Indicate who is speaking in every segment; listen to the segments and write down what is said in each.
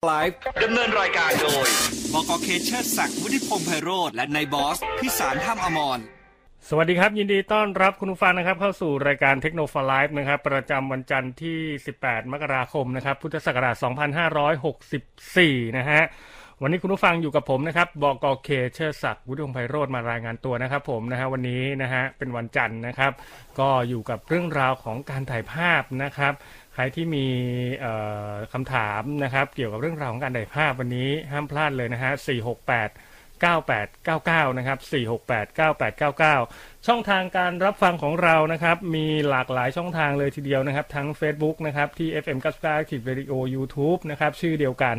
Speaker 1: ไลฟ์
Speaker 2: ดำเนินรายการโดย
Speaker 1: บกเคเชอร์ศักดิ์วุฒิพงษ์ไพโรธและนายบอส พิสารท่ามอมร
Speaker 3: สวัสดีครับ ยินดีต้อนรับคุณผู้ฟังนะครับ เข้าสู่รายการเทคโนโลยีนะครับ ประจำวันจันทร์ที่ 18 มกราคมนะครับ พุทธศักราช 2564 นะฮะ วันนี้คุณผู้ฟังอยู่กับผมนะครับบอกกเคเชอร์ศักดิ์วุฒิพงษ์ไพโรธมารายงานตัวนะครับผมนะฮะวันนี้นะฮะเป็นวันจันทร์นะครับ ก็อยู่กับเรื่องราวของการถ่ายภาพนะครับ ใครที่มีเอ่อคำถามนะครับ เกี่ยวกับเรื่องราวของการถ่ายภาพวันนี้ห้ามพลาดเลยนะฮะ468 9899 นะครับ 468 9899 ช่องทางการรับฟังของเรานะครับ มีหลากหลายช่องทางเลยทีเดียวนะครับ ทั้ง Facebook นะครับ ที่ FM 99 Active Radio YouTube นะครับ ชื่อเดียวกัน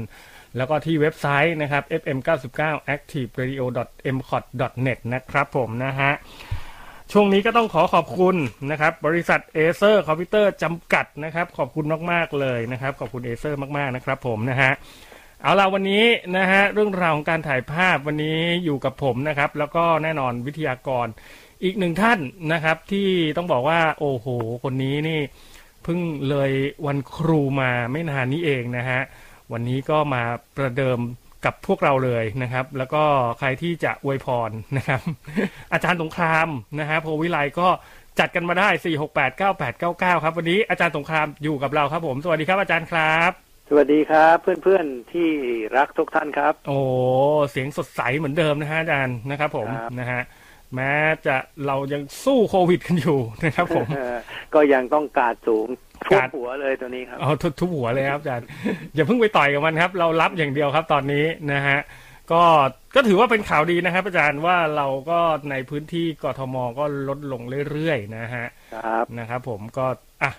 Speaker 3: แล้วก็ที่เว็บไซต์นะครับ fm 99 active radio m c o t net นะครับผมนะฮะ ช่วงนี้ก็ต้องขอขอบคุณนะครับ บริษัทเอเซอร์คอมพิวเตอร์จำกัดนะครับ ขอบคุณมาก ๆ เลยนะครับ ขอบคุณเอเซอร์มาก ๆ นะครับผมนะฮะ เอาล่ะวันนี้นะฮะเรื่องราวของการถ่ายภาพวันนี้อยู่กับผมนะครับ แล้วก็แน่นอนวิทยากรอีกหนึ่งท่านนะครับ ที่ต้องบอกว่าโอ้โห คนนี้นี่เพิ่งเลยวันครูมาไม่นานนี้เองนะฮะวันนี้ก็มาประเดิมกับพวกเราเลยนะครับ แล้วก็ใครที่จะอวยพรนะครับ อาจารย์สงครามนะฮะโพวิไลก็จัดกันมาได้ 4689899 ครับวันนี้อาจารย์สงครามอยู่กับเราครับผม สวัสดีครับอาจารย์ครับ
Speaker 4: สวัสดีครับเพื่อนๆที่รักทุกท่านครับ
Speaker 3: โอ้เสียงสดใสเหมือนเดิมนะฮะอาจารย์นะครับผม
Speaker 4: ครับ
Speaker 3: นะฮะแม้จะเรายังสู้โควิดกันอยู่นะครับผม
Speaker 4: เออก็ยังต้องการสูงทั่ว
Speaker 3: การ์ด
Speaker 4: หัวเลยตัวนี้ครับ
Speaker 3: เอาทุบทุบหัวเลยครับอาจารย์ อย่าเพิ่งไปต่อยกับมันครับ เรารับอย่างเดียวครับตอนนี้นะฮะก็ก็ถือว่าเป็นข่าวดีนะครับอาจารย์ว่าเราก็ในพื้นที่กทมก็ลดลงเรื่อยๆนะฮะ
Speaker 4: ครับ
Speaker 3: นะครับผมก็อ่ะ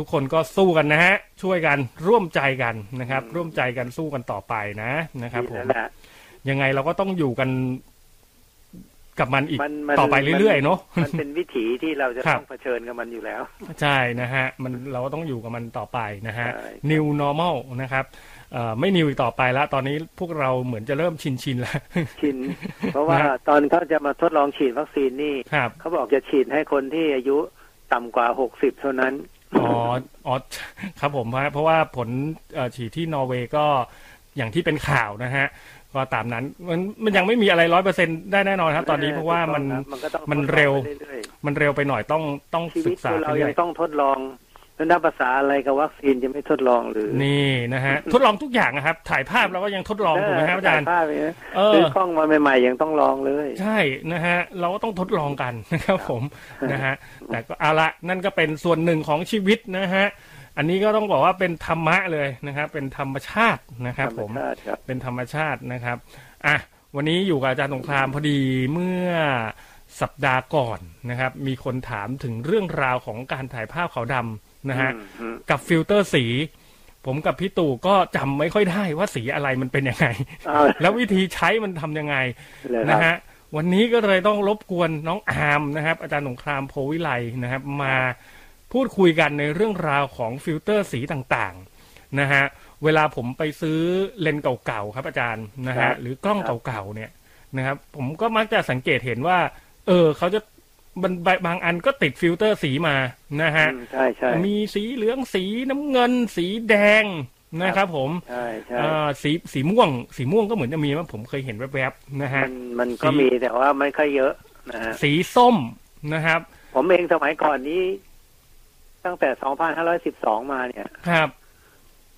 Speaker 3: ทุกคนก็สู้กันนะฮะช่วยกันร่วมใจกันนะครับ ร่วมใจกันสู้กันต่อไปนะนะครับผ
Speaker 4: ดี
Speaker 3: ม
Speaker 4: แล้วนะ
Speaker 3: ยังไงเราก็ต้องอยู่กันกับมันอีก
Speaker 4: มันมัน
Speaker 3: ต่อไปเรื่อย
Speaker 4: มั
Speaker 3: ๆเนาะ
Speaker 4: มันเป็นวิถีที่เราจะ
Speaker 3: ครับ
Speaker 4: ต้องเผชิญกับมันอยู่แล้ว
Speaker 3: ใช่นะฮะมันเราก็ต้องอยู่กับมันต่อไปนะฮะ
Speaker 4: ใช่
Speaker 3: new normal นะครับเอ่อไม่ new อีกต่อไปละตอนนี้พวกเราเหมือนจะเริ่ม ชินชินๆแล้ว
Speaker 4: ชิน เพราะว่าตอนเขาจะมาทดลองฉีดวัคซีนนี่
Speaker 3: ครับ
Speaker 4: เขาบอกจะฉีดให้คนที่อายุต่ำกว่าหกสิบเท่านั้น
Speaker 3: อ๋ออ๋อครับผมฮะเพราะว่าผลเอ่อฉีดที่นอร์เวย์ก็อย่างที่เป็นข่าวนะฮะก็ตามนั้นมันมันยังไม่มีอะไรร้อยเปอร์เซ็นได้แน่นอนครับ ตอนนี้เพราะว่ามัน
Speaker 4: ถูกต้องครับมันก็ต้อง
Speaker 3: มันเร็ว
Speaker 4: ทดลองไปเรื่อย
Speaker 3: มันเร็วไปหน่อยต้องต้อง
Speaker 4: ๆชี
Speaker 3: ศึ
Speaker 4: วิต
Speaker 3: กษา
Speaker 4: คือเรา
Speaker 3: ไปเรื่
Speaker 4: ยั
Speaker 3: อง ย
Speaker 4: ต้องทดลองแล้วนับภาษาอะไรกับวัคซีนจะไม่ทดลองหรือ
Speaker 3: นี่นะฮะ ทดลองทุกอย่างนะครับ ถ่ายภาพเราก็ยังทดลองถูกไหมครับอาจารย์
Speaker 4: ถ่ภพอย่งเงี้ย
Speaker 3: เออ
Speaker 4: ซื้อกล้องมาใหม่ๆยังต้องลองเลย
Speaker 3: ใช่นะฮะ เราก็ต้องทดลองกันนะครับผมนะฮะแต่ก็เอาละนั่นก็เป็นส่วนหนึ่งของชีวิตนะฮะ อันนี้ก็ต้องบอกว่าเป็นธรรมะเลยนะครับ เป็นธรรมชาตินะครับ ผม
Speaker 4: ธรรมชาติครับ
Speaker 3: เป็นธรรมชาตินะครับอ่ะวันนี้อยู่กับอาจารย์สงครามพอดีเมื่อสัปดาห์ก่อนนะครับ มีคนถามถึงเรื่องราวของการถ่ายภาพขาวดำนะฮะ
Speaker 4: อืมอืม
Speaker 3: กับฟิลเตอร์สี ผมกับพี่ตู่ก็จำไม่ค่อยได้ว่าสีอะไรมันเป็นยังไง
Speaker 4: เอาละ
Speaker 3: แล้ววิธีใช้มันทำยังไง
Speaker 4: เลย
Speaker 3: นะครับ ฮะวันนี้ก็เลยต้องรบกวนน้องอาร์มนะครับ อาจารย์สงครามโพวิไลนะครับ มาพูดคุยกันในเรื่องราวของฟิลเตอร์สีต่างๆนะฮะเวลาผมไปซื้อเลนส์เก่าๆครับอาจารย์นะฮะหรือกล้องเก่าๆเนี่ยนะครับผมก็มักจะสังเกตเห็นว่า เออเขาจะมันบางอันก็ติดฟิลเตอร์สีมานะฮะ
Speaker 4: อืมใช่ใช่
Speaker 3: มีสีเหลืองสีน้ำเงิน สีแดงนะครับผม
Speaker 4: ใช่ใช่
Speaker 3: เอ่อสีสีม่วง สีม่วงก็เหมือนจะมีว่าผมเคยเห็นแวบๆนะฮะ
Speaker 4: มันมันก็
Speaker 3: สี
Speaker 4: มีแต่ว่าไม่ค่อยเยอะนะฮะ
Speaker 3: สีส้มนะครับ
Speaker 4: ผมเองสมัยก่อนนี้ ตั้งแต่ 2512 มาเนี่ย
Speaker 3: ครับ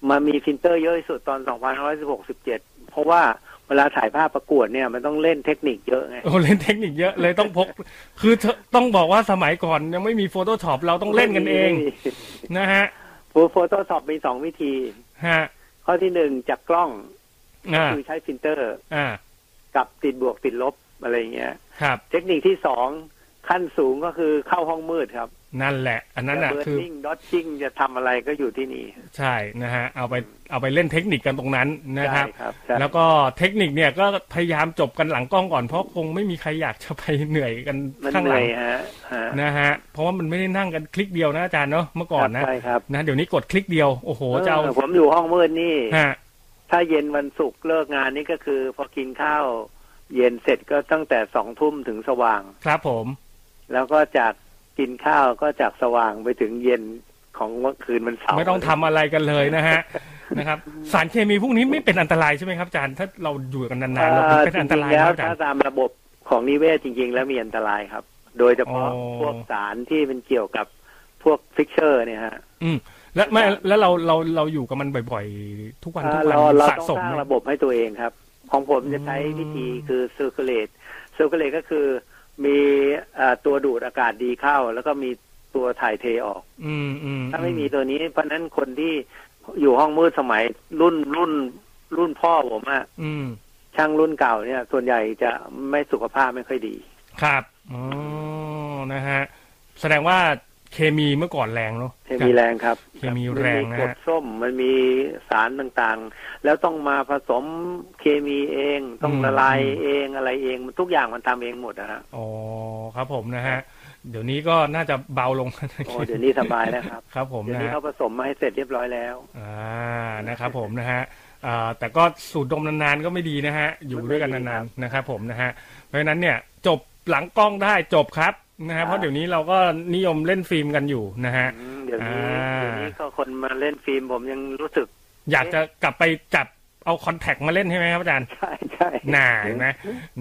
Speaker 4: มามีฟิลเตอร์เยอะที่สุดตอน 2516-17 เพราะว่าเวลาถ่ายภาพประกวดเนี่ย มันต้องเล่นเทคนิคเยอะไง
Speaker 3: โอ้เล่นเทคนิคเยอะเลยต้องพก คือเธอต้องบอกว่าสมัยก่อนยังไม่มี Photoshop เราต้องเล่นกันเองนะฮะ
Speaker 4: โฟโต้ช็อปมีสองวิธี
Speaker 3: ฮะ
Speaker 4: ข้อที่หนึ่งจากกล้อง
Speaker 3: อ่า
Speaker 4: คือใช้ฟิลเตอร์
Speaker 3: อ่า
Speaker 4: กับติดบวกติดลบอะไรอย่างเงี้ย
Speaker 3: ครับ
Speaker 4: เทคนิคที่สองขั้นสูงก็คือเข้าห้องมืดครับ
Speaker 3: นั่นแหละ อันนั้น
Speaker 4: จะ
Speaker 3: อ่ะ
Speaker 4: เบิร์
Speaker 3: คือ
Speaker 4: นิ่งดอทชิ่งจะทำอะไรก็อยู่ที่นี่
Speaker 3: ใช่นะฮะเอาไปเอาไปเล่นเทคนิคกันตรงนั้นนะครับ
Speaker 4: ใช่ครับใช่
Speaker 3: แล้วก็เทคนิคเนี่ยก็พยายามจบกันหลังกล้องก่อนเพราะคงไม่มีใครอยากจะไปเหนื่อยกัน
Speaker 4: มัน
Speaker 3: ข้าง
Speaker 4: เห
Speaker 3: ห
Speaker 4: นื่
Speaker 3: ลั
Speaker 4: อง ยฮะฮะ
Speaker 3: นะฮะเพราะว่ามันไม่ได้นั่งกันคลิกเดียวนะอาจารย์เนาะเมื่อก่อนนะ
Speaker 4: ใช่ครับ
Speaker 3: นะเดี๋ยวนี้กดคลิกเดียวโอ้โหจะเอา
Speaker 4: เออผมอยู่ห้องมืดนี่
Speaker 3: ฮะ
Speaker 4: ถ้าเย็นวันศุกร์เลิกงานนี่ก็คือ พอกินข้าวเย็นเสร็จก็ตั้งแต่สองทุ่มถึงสว่าง
Speaker 3: ครับผม
Speaker 4: แล้วก็จากกินข้าวก็จากสว่างไปถึงเย็นของวันคืนวันเสาร์
Speaker 3: ไม่ต้องทำอะไรกันเลยนะฮะ นะครับ สารเคมีพวกนี้ไม่เป็นอันตรายใช่ไหมครับอาจารย์ถ้าเราอยู่กันนานๆเรา
Speaker 4: เอ่อ
Speaker 3: เป็นอันตราย
Speaker 4: จงๆ
Speaker 3: ไหม
Speaker 4: แล้
Speaker 3: คว รับอาจาร
Speaker 4: ถ้า
Speaker 3: ย์
Speaker 4: ตามระบบของนิเวศจริง ๆ แล้วมีอันตรายครับ โดยเฉพาะ
Speaker 3: อ๋อ
Speaker 4: พวกสารที่เป็นเกี่ยวกับพวกฟิกเชอร์เนี่ยฮะ
Speaker 3: อืมและไม่แล้วเราเราเราอยู่กับมันบ่อยๆ ทุกวันทุก
Speaker 4: อ่า
Speaker 3: วั
Speaker 4: เราเรา
Speaker 3: นสะ
Speaker 4: ต้อง
Speaker 3: สม
Speaker 4: สร้าง
Speaker 3: ไหม
Speaker 4: ระบบให้ตัวเองครับ ของผมจะใช้
Speaker 3: อืม
Speaker 4: วิธีคือซ i r c u l a t e c i r c u l a t e ก็คือมีเอ่อตัวดูดอากาศดีเข้า แล้วก็มีตัวถ่ายเทออก
Speaker 3: อืมอืม
Speaker 4: ถ้าไม่มีตัวนี้เพราะฉะนั้นคนที่อยู่ห้องมืดสมัยรุ่นรุ่นรุ่นพ่อผมอะ
Speaker 3: อืม
Speaker 4: ช่างรุ่นเก่าเนี่ย ส่วนใหญ่จะไม่สุขภาพไม่ค่อยดี
Speaker 3: ครับอ๋อนะฮะแสดงว่าเคมีเมื่อก่อนแรงเนาะ
Speaker 4: เคมีแรงครับ
Speaker 3: เคมีแรง
Speaker 4: มันมี
Speaker 3: นะฮะ
Speaker 4: กรดส้มมันมีสารต่างๆ แล้วต้องมาผสมเคมีเองต้องละลายเองอะไรเองมันทุกอย่างมันทำเองหมดนะฮะ
Speaker 3: อ๋อครับผมนะฮะ เดี๋ยวนี้ก็น่าจะเบาลง
Speaker 4: โอ้เดี๋ยวนี้สบายแล้วครับ
Speaker 3: ครับผม
Speaker 4: เดี๋ยว
Speaker 3: นะ
Speaker 4: นี้
Speaker 3: ฮะ
Speaker 4: เขาผสมมาให้เสร็จเรียบร้อยแล้ว
Speaker 3: อ่า นะครับผมนะฮะอ่าแต่ก็สูดดมนานๆก็ไม่ดีนะฮะ อยู่ด้วยกันนานๆนะครับผมนะฮะ เพราะฉะนั้นเนี่ยจบหลังกล้องได้จบครับนะฮะ เพราะเดี๋ยวนี้เราก็นิยมเล่นฟิล์มกันอยู่นะฮะ
Speaker 4: อืมเดี๋ยวนี้
Speaker 3: อ่า
Speaker 4: เดี๋ยวนี้ก็คนมาเล่นฟิล์มผมยังรู้สึก
Speaker 3: อยากจะกลับไปจับเอาคอนแทคมาเล่นใช่ไหมครับอาจารย์
Speaker 4: ใช่ใช่
Speaker 3: หนาเห็นไหม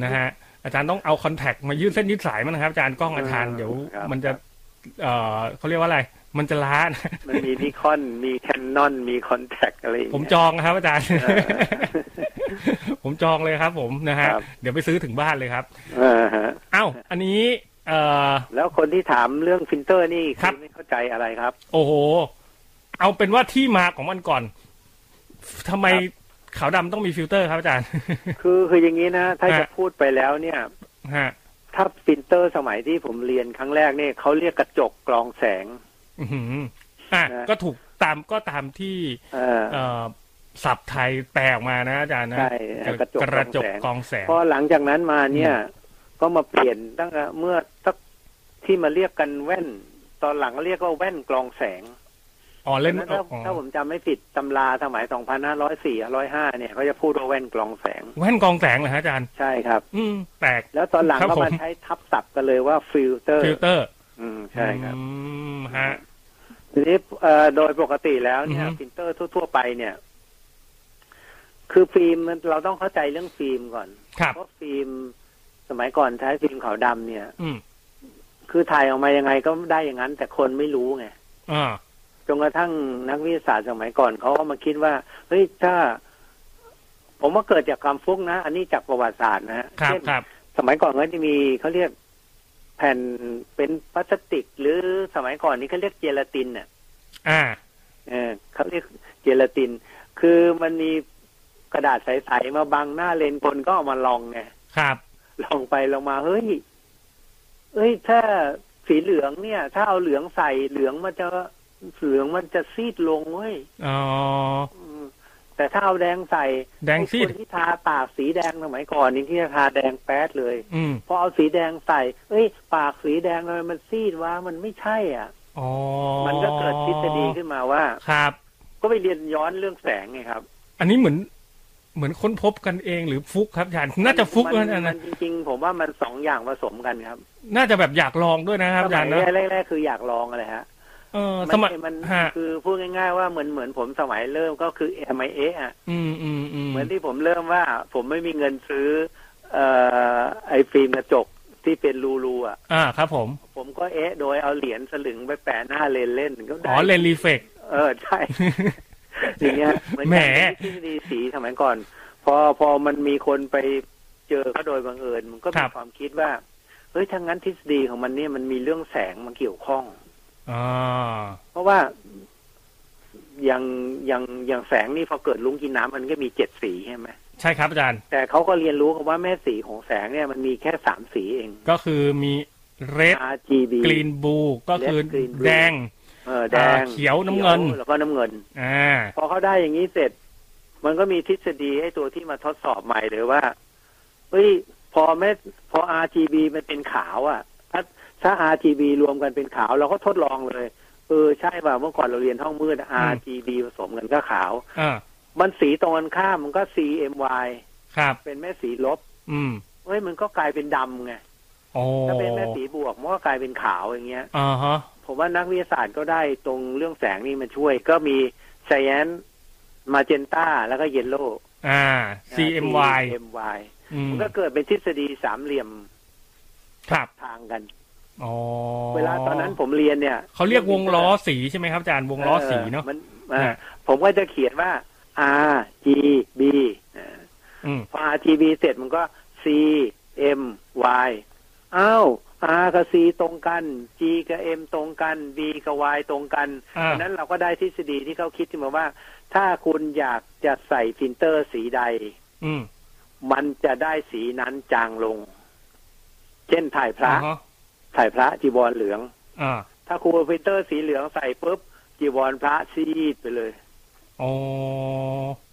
Speaker 3: นะฮะ อาจารย์ต้องเอาคอนแทคมายืดเส้นยืดสายมันนะครับอาจารย์กล้องอาจารย์เดี๋ยวมันจะ เอ่อเขาเรียกว่าอะไร มันจะล้านะ
Speaker 4: มันมีนิคอนมีแคนนอนมีคอนแทคอะไรอย่าง
Speaker 3: ผม
Speaker 4: เงี้ย
Speaker 3: จองนะครับ อาจารย์
Speaker 4: เออ
Speaker 3: ผมจองเลยครับ ผมนะฮะ
Speaker 4: ครับ
Speaker 3: เดี๋ยวไปซื้อถึงบ้านเลยครับ
Speaker 4: เออฮะ
Speaker 3: อ้าวอันนี้ เอ่อ
Speaker 4: แล้วคนที่ถามเรื่องฟิลเตอร์นี่
Speaker 3: ครับ
Speaker 4: อไม่เข้าใจอะไรครับ
Speaker 3: โอ้โห เอาเป็นว่าที่มาของมันก่อนทำไม
Speaker 4: ครับ
Speaker 3: ขาวดำต้องมีฟิลเตอร์ครับอาจารย์
Speaker 4: คือคืออย่างนี้นะ ถ้า
Speaker 3: ฮะ
Speaker 4: จะพูดไปแล้วเนี่ย
Speaker 3: ฮะ
Speaker 4: ถ้าฟิลเตอร์สมัยที่ผมเรียนครั้งแรกเนี่ยเขาเรียกกระจกกรองแสง
Speaker 3: อื้อหืออ่ะ
Speaker 4: นะ
Speaker 3: ก็ถูกตามก็ตามที่
Speaker 4: เออ
Speaker 3: เอ่อสับไทยแปลออกมานะอาจารย์นะ
Speaker 4: ใช่
Speaker 3: ก
Speaker 4: ก
Speaker 3: ระ
Speaker 4: ระ
Speaker 3: จ
Speaker 4: จก
Speaker 3: กกระจกกองแสง
Speaker 4: พอหลังจากนั้นมาเนี่ย ก็มาเปลี่ยนตั้งแต่เมื่อสักที่มาเรียกกันแว่น ตอนหลังเรียกว่าแว่นกรองแสง
Speaker 3: อ๋อเล่น
Speaker 4: แล้ว
Speaker 3: อ
Speaker 4: ถ้า
Speaker 3: อกอ๋อ
Speaker 4: ถ้าผมจำไม่ผิดตำราสมัย 2504 105 เนี่ยเขาจะพูดว่าแว่นกรองแสง
Speaker 3: แว่นกองแสงเหรอฮะอาจารย์
Speaker 4: ใช่ครับ
Speaker 3: อืมแปลก
Speaker 4: แล้วตอนหลัง
Speaker 3: ครับ
Speaker 4: ก็
Speaker 3: ผม
Speaker 4: มาใช้ทับศัพท์กันเลยว่าฟิลเตอร์
Speaker 3: ฟิลเตอร์
Speaker 4: อืมใช่ครับ
Speaker 3: อืมฮะ
Speaker 4: ทีนี้เอ่อโดยปกติแล้วเนี่ย
Speaker 3: อือฮึ
Speaker 4: ฟิลเตอร์ทั่ว ๆ ไปเนี่ย คือฟิล์มมันเราต้องเข้าใจเรื่องฟิล์มก่อน
Speaker 3: ครับ
Speaker 4: เพราะฟิล์มสมัยก่อนใช้ฟิล์มขาวดำเนี่ย
Speaker 3: อืม
Speaker 4: คือถ่ายออกมายังไงก็ได้อย่างนั้น แต่คนไม่รู้ไง
Speaker 3: อ่า
Speaker 4: จนกระทั่งนักวิทยาศาสตร์สมัยก่อนเขาก็มาคิดว่าเฮ้ยถ้า ผมว่าเกิดจากความฟุกนะ อันนี้จากประวัติศาสตร์นะฮะ
Speaker 3: ครับ
Speaker 4: เช่น
Speaker 3: ครับ
Speaker 4: สมัยก่อนก็จะมีเขาเรียกแผ่นเป็นพลาสติก หรือสมัยก่อนนี้เขาเรียกเจลาตินเนี่ย
Speaker 3: อ่า
Speaker 4: เออเขาเรียกเจลาติน คือมันมีกระดาษใสๆมาบังหน้าเลนคนก็เอามาลองไง
Speaker 3: ครับ
Speaker 4: ลองไปลองมาเฮ้ย เอ้ย ถ้าสีเหลืองเนี่ย ถ้าเอาเหลืองใส่เหลืองมันจะเหลืองมันจะซีดลงเว้ย
Speaker 3: อ๋อ
Speaker 4: อืมแต่ถ้าเอาแดงใส่
Speaker 3: แดงซีด
Speaker 4: ไอ้คนที่ทาปากสีแดงสมัยก่อนนี่ที่จะทาแดงแป๊ดเลย
Speaker 3: อืม
Speaker 4: พอเอาสีแดงใส่ เอ้ย ปากสีแดงทำไมมันซีดวะมันไม่ใช่อ่ะ
Speaker 3: อ๋อ
Speaker 4: มันก็เกิดทฤษฎีขึ้นมาว่า
Speaker 3: ครับ
Speaker 4: ก็ไปเรียนย้อนเรื่องแสงไงครับ
Speaker 3: อันนี้เหมือน เหมือนค้นพบกันเองหรือฟุกครับอาจารย์ น่าจะฟุก
Speaker 4: มั
Speaker 3: นะ
Speaker 4: น
Speaker 3: อาจารย์
Speaker 4: มั
Speaker 3: นะ
Speaker 4: นจริงๆ ผมว่ามันสองอย่างผสมกันครับ
Speaker 3: น่าจะแบบอยากลองด้วยนะครับ
Speaker 4: ส
Speaker 3: อา
Speaker 4: มั
Speaker 3: จายรย์นะ
Speaker 4: แรกๆคืออยากลองอะไรฮะ
Speaker 3: เออสมัย
Speaker 4: มัน
Speaker 3: ฮะ
Speaker 4: คือพูดง่ายๆว่าเหมือนเหมือนผมสมัยเริ่มก็คือ MIA อ่ะ
Speaker 3: อืมอืมอืม
Speaker 4: เหมือนที่ผมเริ่มว่า ผมไม่มีเงินซื้อ เอ่อไอฟิล์มกระจกที่เป็นรูรูๆอ่ะ
Speaker 3: อ่าครับผม
Speaker 4: ผมก็เอ๊ะ โดยเอาเหรียญสลึงไปแปะหน้าเลนเล่นก็ได้
Speaker 3: อ๋อเลนรีเฟก
Speaker 4: เออใช่ อย่างเงี้ยเหมือน
Speaker 3: แหม
Speaker 4: กันทฤษฎีสีสมัยก่อน พอพอมันมีคนไปเจอเขาโดยบังเอิญมันก็
Speaker 3: ครั
Speaker 4: มี
Speaker 3: บ
Speaker 4: ความคิดว่าเฮ้ยถ้างั้นทฤษฎีของมันเนี่ยมันมีเรื่องแสงมาเกี่ยวข้อง
Speaker 3: อ่า
Speaker 4: เพราะว่าอย่างอย่างอย่างแสงนี่พอเกิดลุงกินน้ำมันก็มีเจ็ดสีใช่ไหม
Speaker 3: ใช่ครับอาจารย์
Speaker 4: แต่เขาก็เรียนรู้กันว่าแม่สีของแสงเนี่ยมันมีแค่สามสีเอง
Speaker 3: ก็คือมีเรด
Speaker 4: RGB
Speaker 3: กรีนบูก็คือ
Speaker 4: Red, green, blue
Speaker 3: แดง
Speaker 4: เออแดง
Speaker 3: อ่าเขียวน้ำเงิน
Speaker 4: ขียวแล้วก็น้ำเงิน
Speaker 3: อ่า
Speaker 4: พอเขาได้อย่างนี้เสร็จ มันก็มีทฤษฎีให้ตัวที่มาทดสอบใหม่เลยว่า เฮ้ย พอแม่พอ RGB มันเป็นขาวอะ่ะ ถ้าถ้า RGB รวมกันเป็นขาวเราก็ทดลองเลย เออ ใช่ป่ะ เมื่อก่อนเราเรียนห้องมืด RGB ผสมกันก็ขาว
Speaker 3: อ่า
Speaker 4: มันสีตรงกันข้ามมันก็ CMY
Speaker 3: ครับ
Speaker 4: เป็นแม่สีลบ
Speaker 3: อืม
Speaker 4: เฮ้ย มันก็กลายเป็นดำไง
Speaker 3: โอ้
Speaker 4: ถ้าเป็นแม่สีบวกมันก็กลายเป็นขาวอย่างเงี้ย
Speaker 3: อ่าฮะ
Speaker 4: ผมว่านักวิทยาศาสตร์ก็ได้ตรงเรื่องแสงนี่มาช่วย ก็มี Science มาเจนต้าแล้วก็เยลโล่
Speaker 3: อ่า CMY
Speaker 4: CMY
Speaker 3: อืม
Speaker 4: มันก็เกิดเป็นทฤษฎีสามเหลี่ยม
Speaker 3: ครับ
Speaker 4: ทางกัน
Speaker 3: อ๋อ
Speaker 4: เวลาตอนนั้นผมเรียนเนี่ย
Speaker 3: เขาเรียกวงล้อสีใช่ไหมครับอาจารย์วงล้อสีเนาะ
Speaker 4: ออมันอ่า
Speaker 3: ฮะ
Speaker 4: ผมก็จะเขียนว่า R G B อ่า
Speaker 3: อืม
Speaker 4: พอ RGB เสร็จมันก็ C M Y อ้าว R กับ C ตรงกัน G กับ M ตรงกัน B กับ Y ตรงกัน
Speaker 3: อ่า
Speaker 4: ดังนั้นเราก็ได้ทฤษฎีที่เขาคิดขึ้นมาว่า ถ้าคุณอยากจะใส่ฟิลเตอร์สีใด
Speaker 3: อืม
Speaker 4: มันจะได้สีนั้นจางลง เช่นถ่ายพระ
Speaker 3: อ่าฮ
Speaker 4: ถ่ายพระจีวรเหลือง
Speaker 3: อ่า
Speaker 4: ถ้าคุณเอาฟิลเตอร์สีเหลืองใส่ปุ๊บจีวรพระซีดไปเลย
Speaker 3: อ๋อ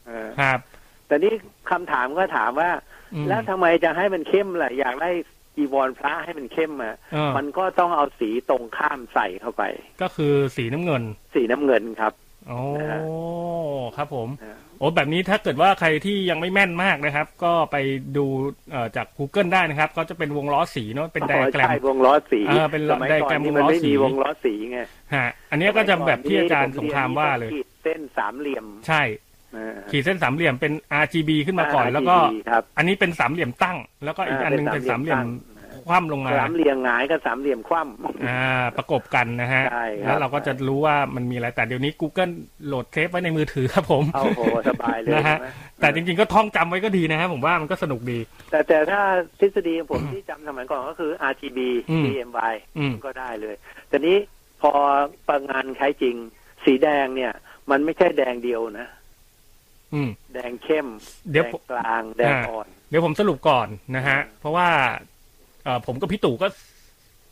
Speaker 4: เออ
Speaker 3: ครับ
Speaker 4: แต่นี่คำถามก็ถามว่า
Speaker 3: อืม
Speaker 4: แล้วทำไมจะให้มันเข้มล่ะ อยากได้จีวรพระให้มันเข้มอ่ะ
Speaker 3: เออ
Speaker 4: มันก็ต้องเอาสีตรงข้ามใส่เข้าไป
Speaker 3: ก็คือสีน้ำเงิน
Speaker 4: สีน้ำเงินครับ
Speaker 3: อ๋อ
Speaker 4: นะฮะ
Speaker 3: ครับผม
Speaker 4: เออ
Speaker 3: โอ้แบบนี้ถ้าเกิดว่าใครที่ยังไม่แม่นมากนะครับ ก็ไปดูเอ่อจาก Google ได้นะครับ ก็จะเป็นวงล้อสีเนาะเป็นไดอะแกรม
Speaker 4: ใช่วงล้อสี
Speaker 3: เออเป็น
Speaker 4: สมัยก่อนนี่มัน
Speaker 3: ไดอะแกรมวงล้อ
Speaker 4: ไม่
Speaker 3: สี
Speaker 4: มีวงล้อสีไง
Speaker 3: ฮะอันนี้ก็จะแบบที่อาจารย์สงครามว่าเลย
Speaker 4: ขีดเส้นสามเหลี่ยม
Speaker 3: ใช่
Speaker 4: เออ
Speaker 3: ขีดเส้นสามเหลี่ยมเป็น RGB ขึ้นมาก่อน แล้วก็
Speaker 4: ดีครับ
Speaker 3: อันนี้เป็นสามเหลี่ยมตั้ง แล้วก็อีกอันหนึงเป็นสามเหลี่ยม
Speaker 4: เป็นสามเหลี่ยมตั้
Speaker 3: คว่ำลงมา
Speaker 4: สามเหลี่ยมหงายกับสามเหลี่ยมคว่
Speaker 3: อ่าประกบกันนะฮะ
Speaker 4: ใช่ครับ
Speaker 3: แล้วเราก็จะรู้ว่ามันมีอะไรแต่เดี๋ยวนี้ Google โหลดเทปไว้ในมือถือครับผม
Speaker 4: ำเอาโหสบายเลย
Speaker 3: นะฮะ
Speaker 4: ใช่ไหม
Speaker 3: แต่จริงๆก็ท่องจำไว้ก็ดีนะฮะผมว่ามันก็สนุกดี
Speaker 4: แต่แต่ถ้าทฤษฎีของผมที่จำสมัยก่อนก็คือ RGB
Speaker 3: อืม
Speaker 4: CMY
Speaker 3: อืม
Speaker 4: ก็ได้เลยแต่นี้พอประงานใช้จริง สีแดงเนี่ย มันไม่ใช่แดงเดียวนะ
Speaker 3: อืม
Speaker 4: แดงเข้ม
Speaker 3: เดี๋
Speaker 4: แด
Speaker 3: ยว
Speaker 4: ง
Speaker 3: ผม
Speaker 4: กลาง แดง
Speaker 3: อ่า
Speaker 4: อ่อน
Speaker 3: เดี๋ยวผมสรุปก่อนนะฮะ เพราะว่าเอ่อผมกับพี่ตู่ก็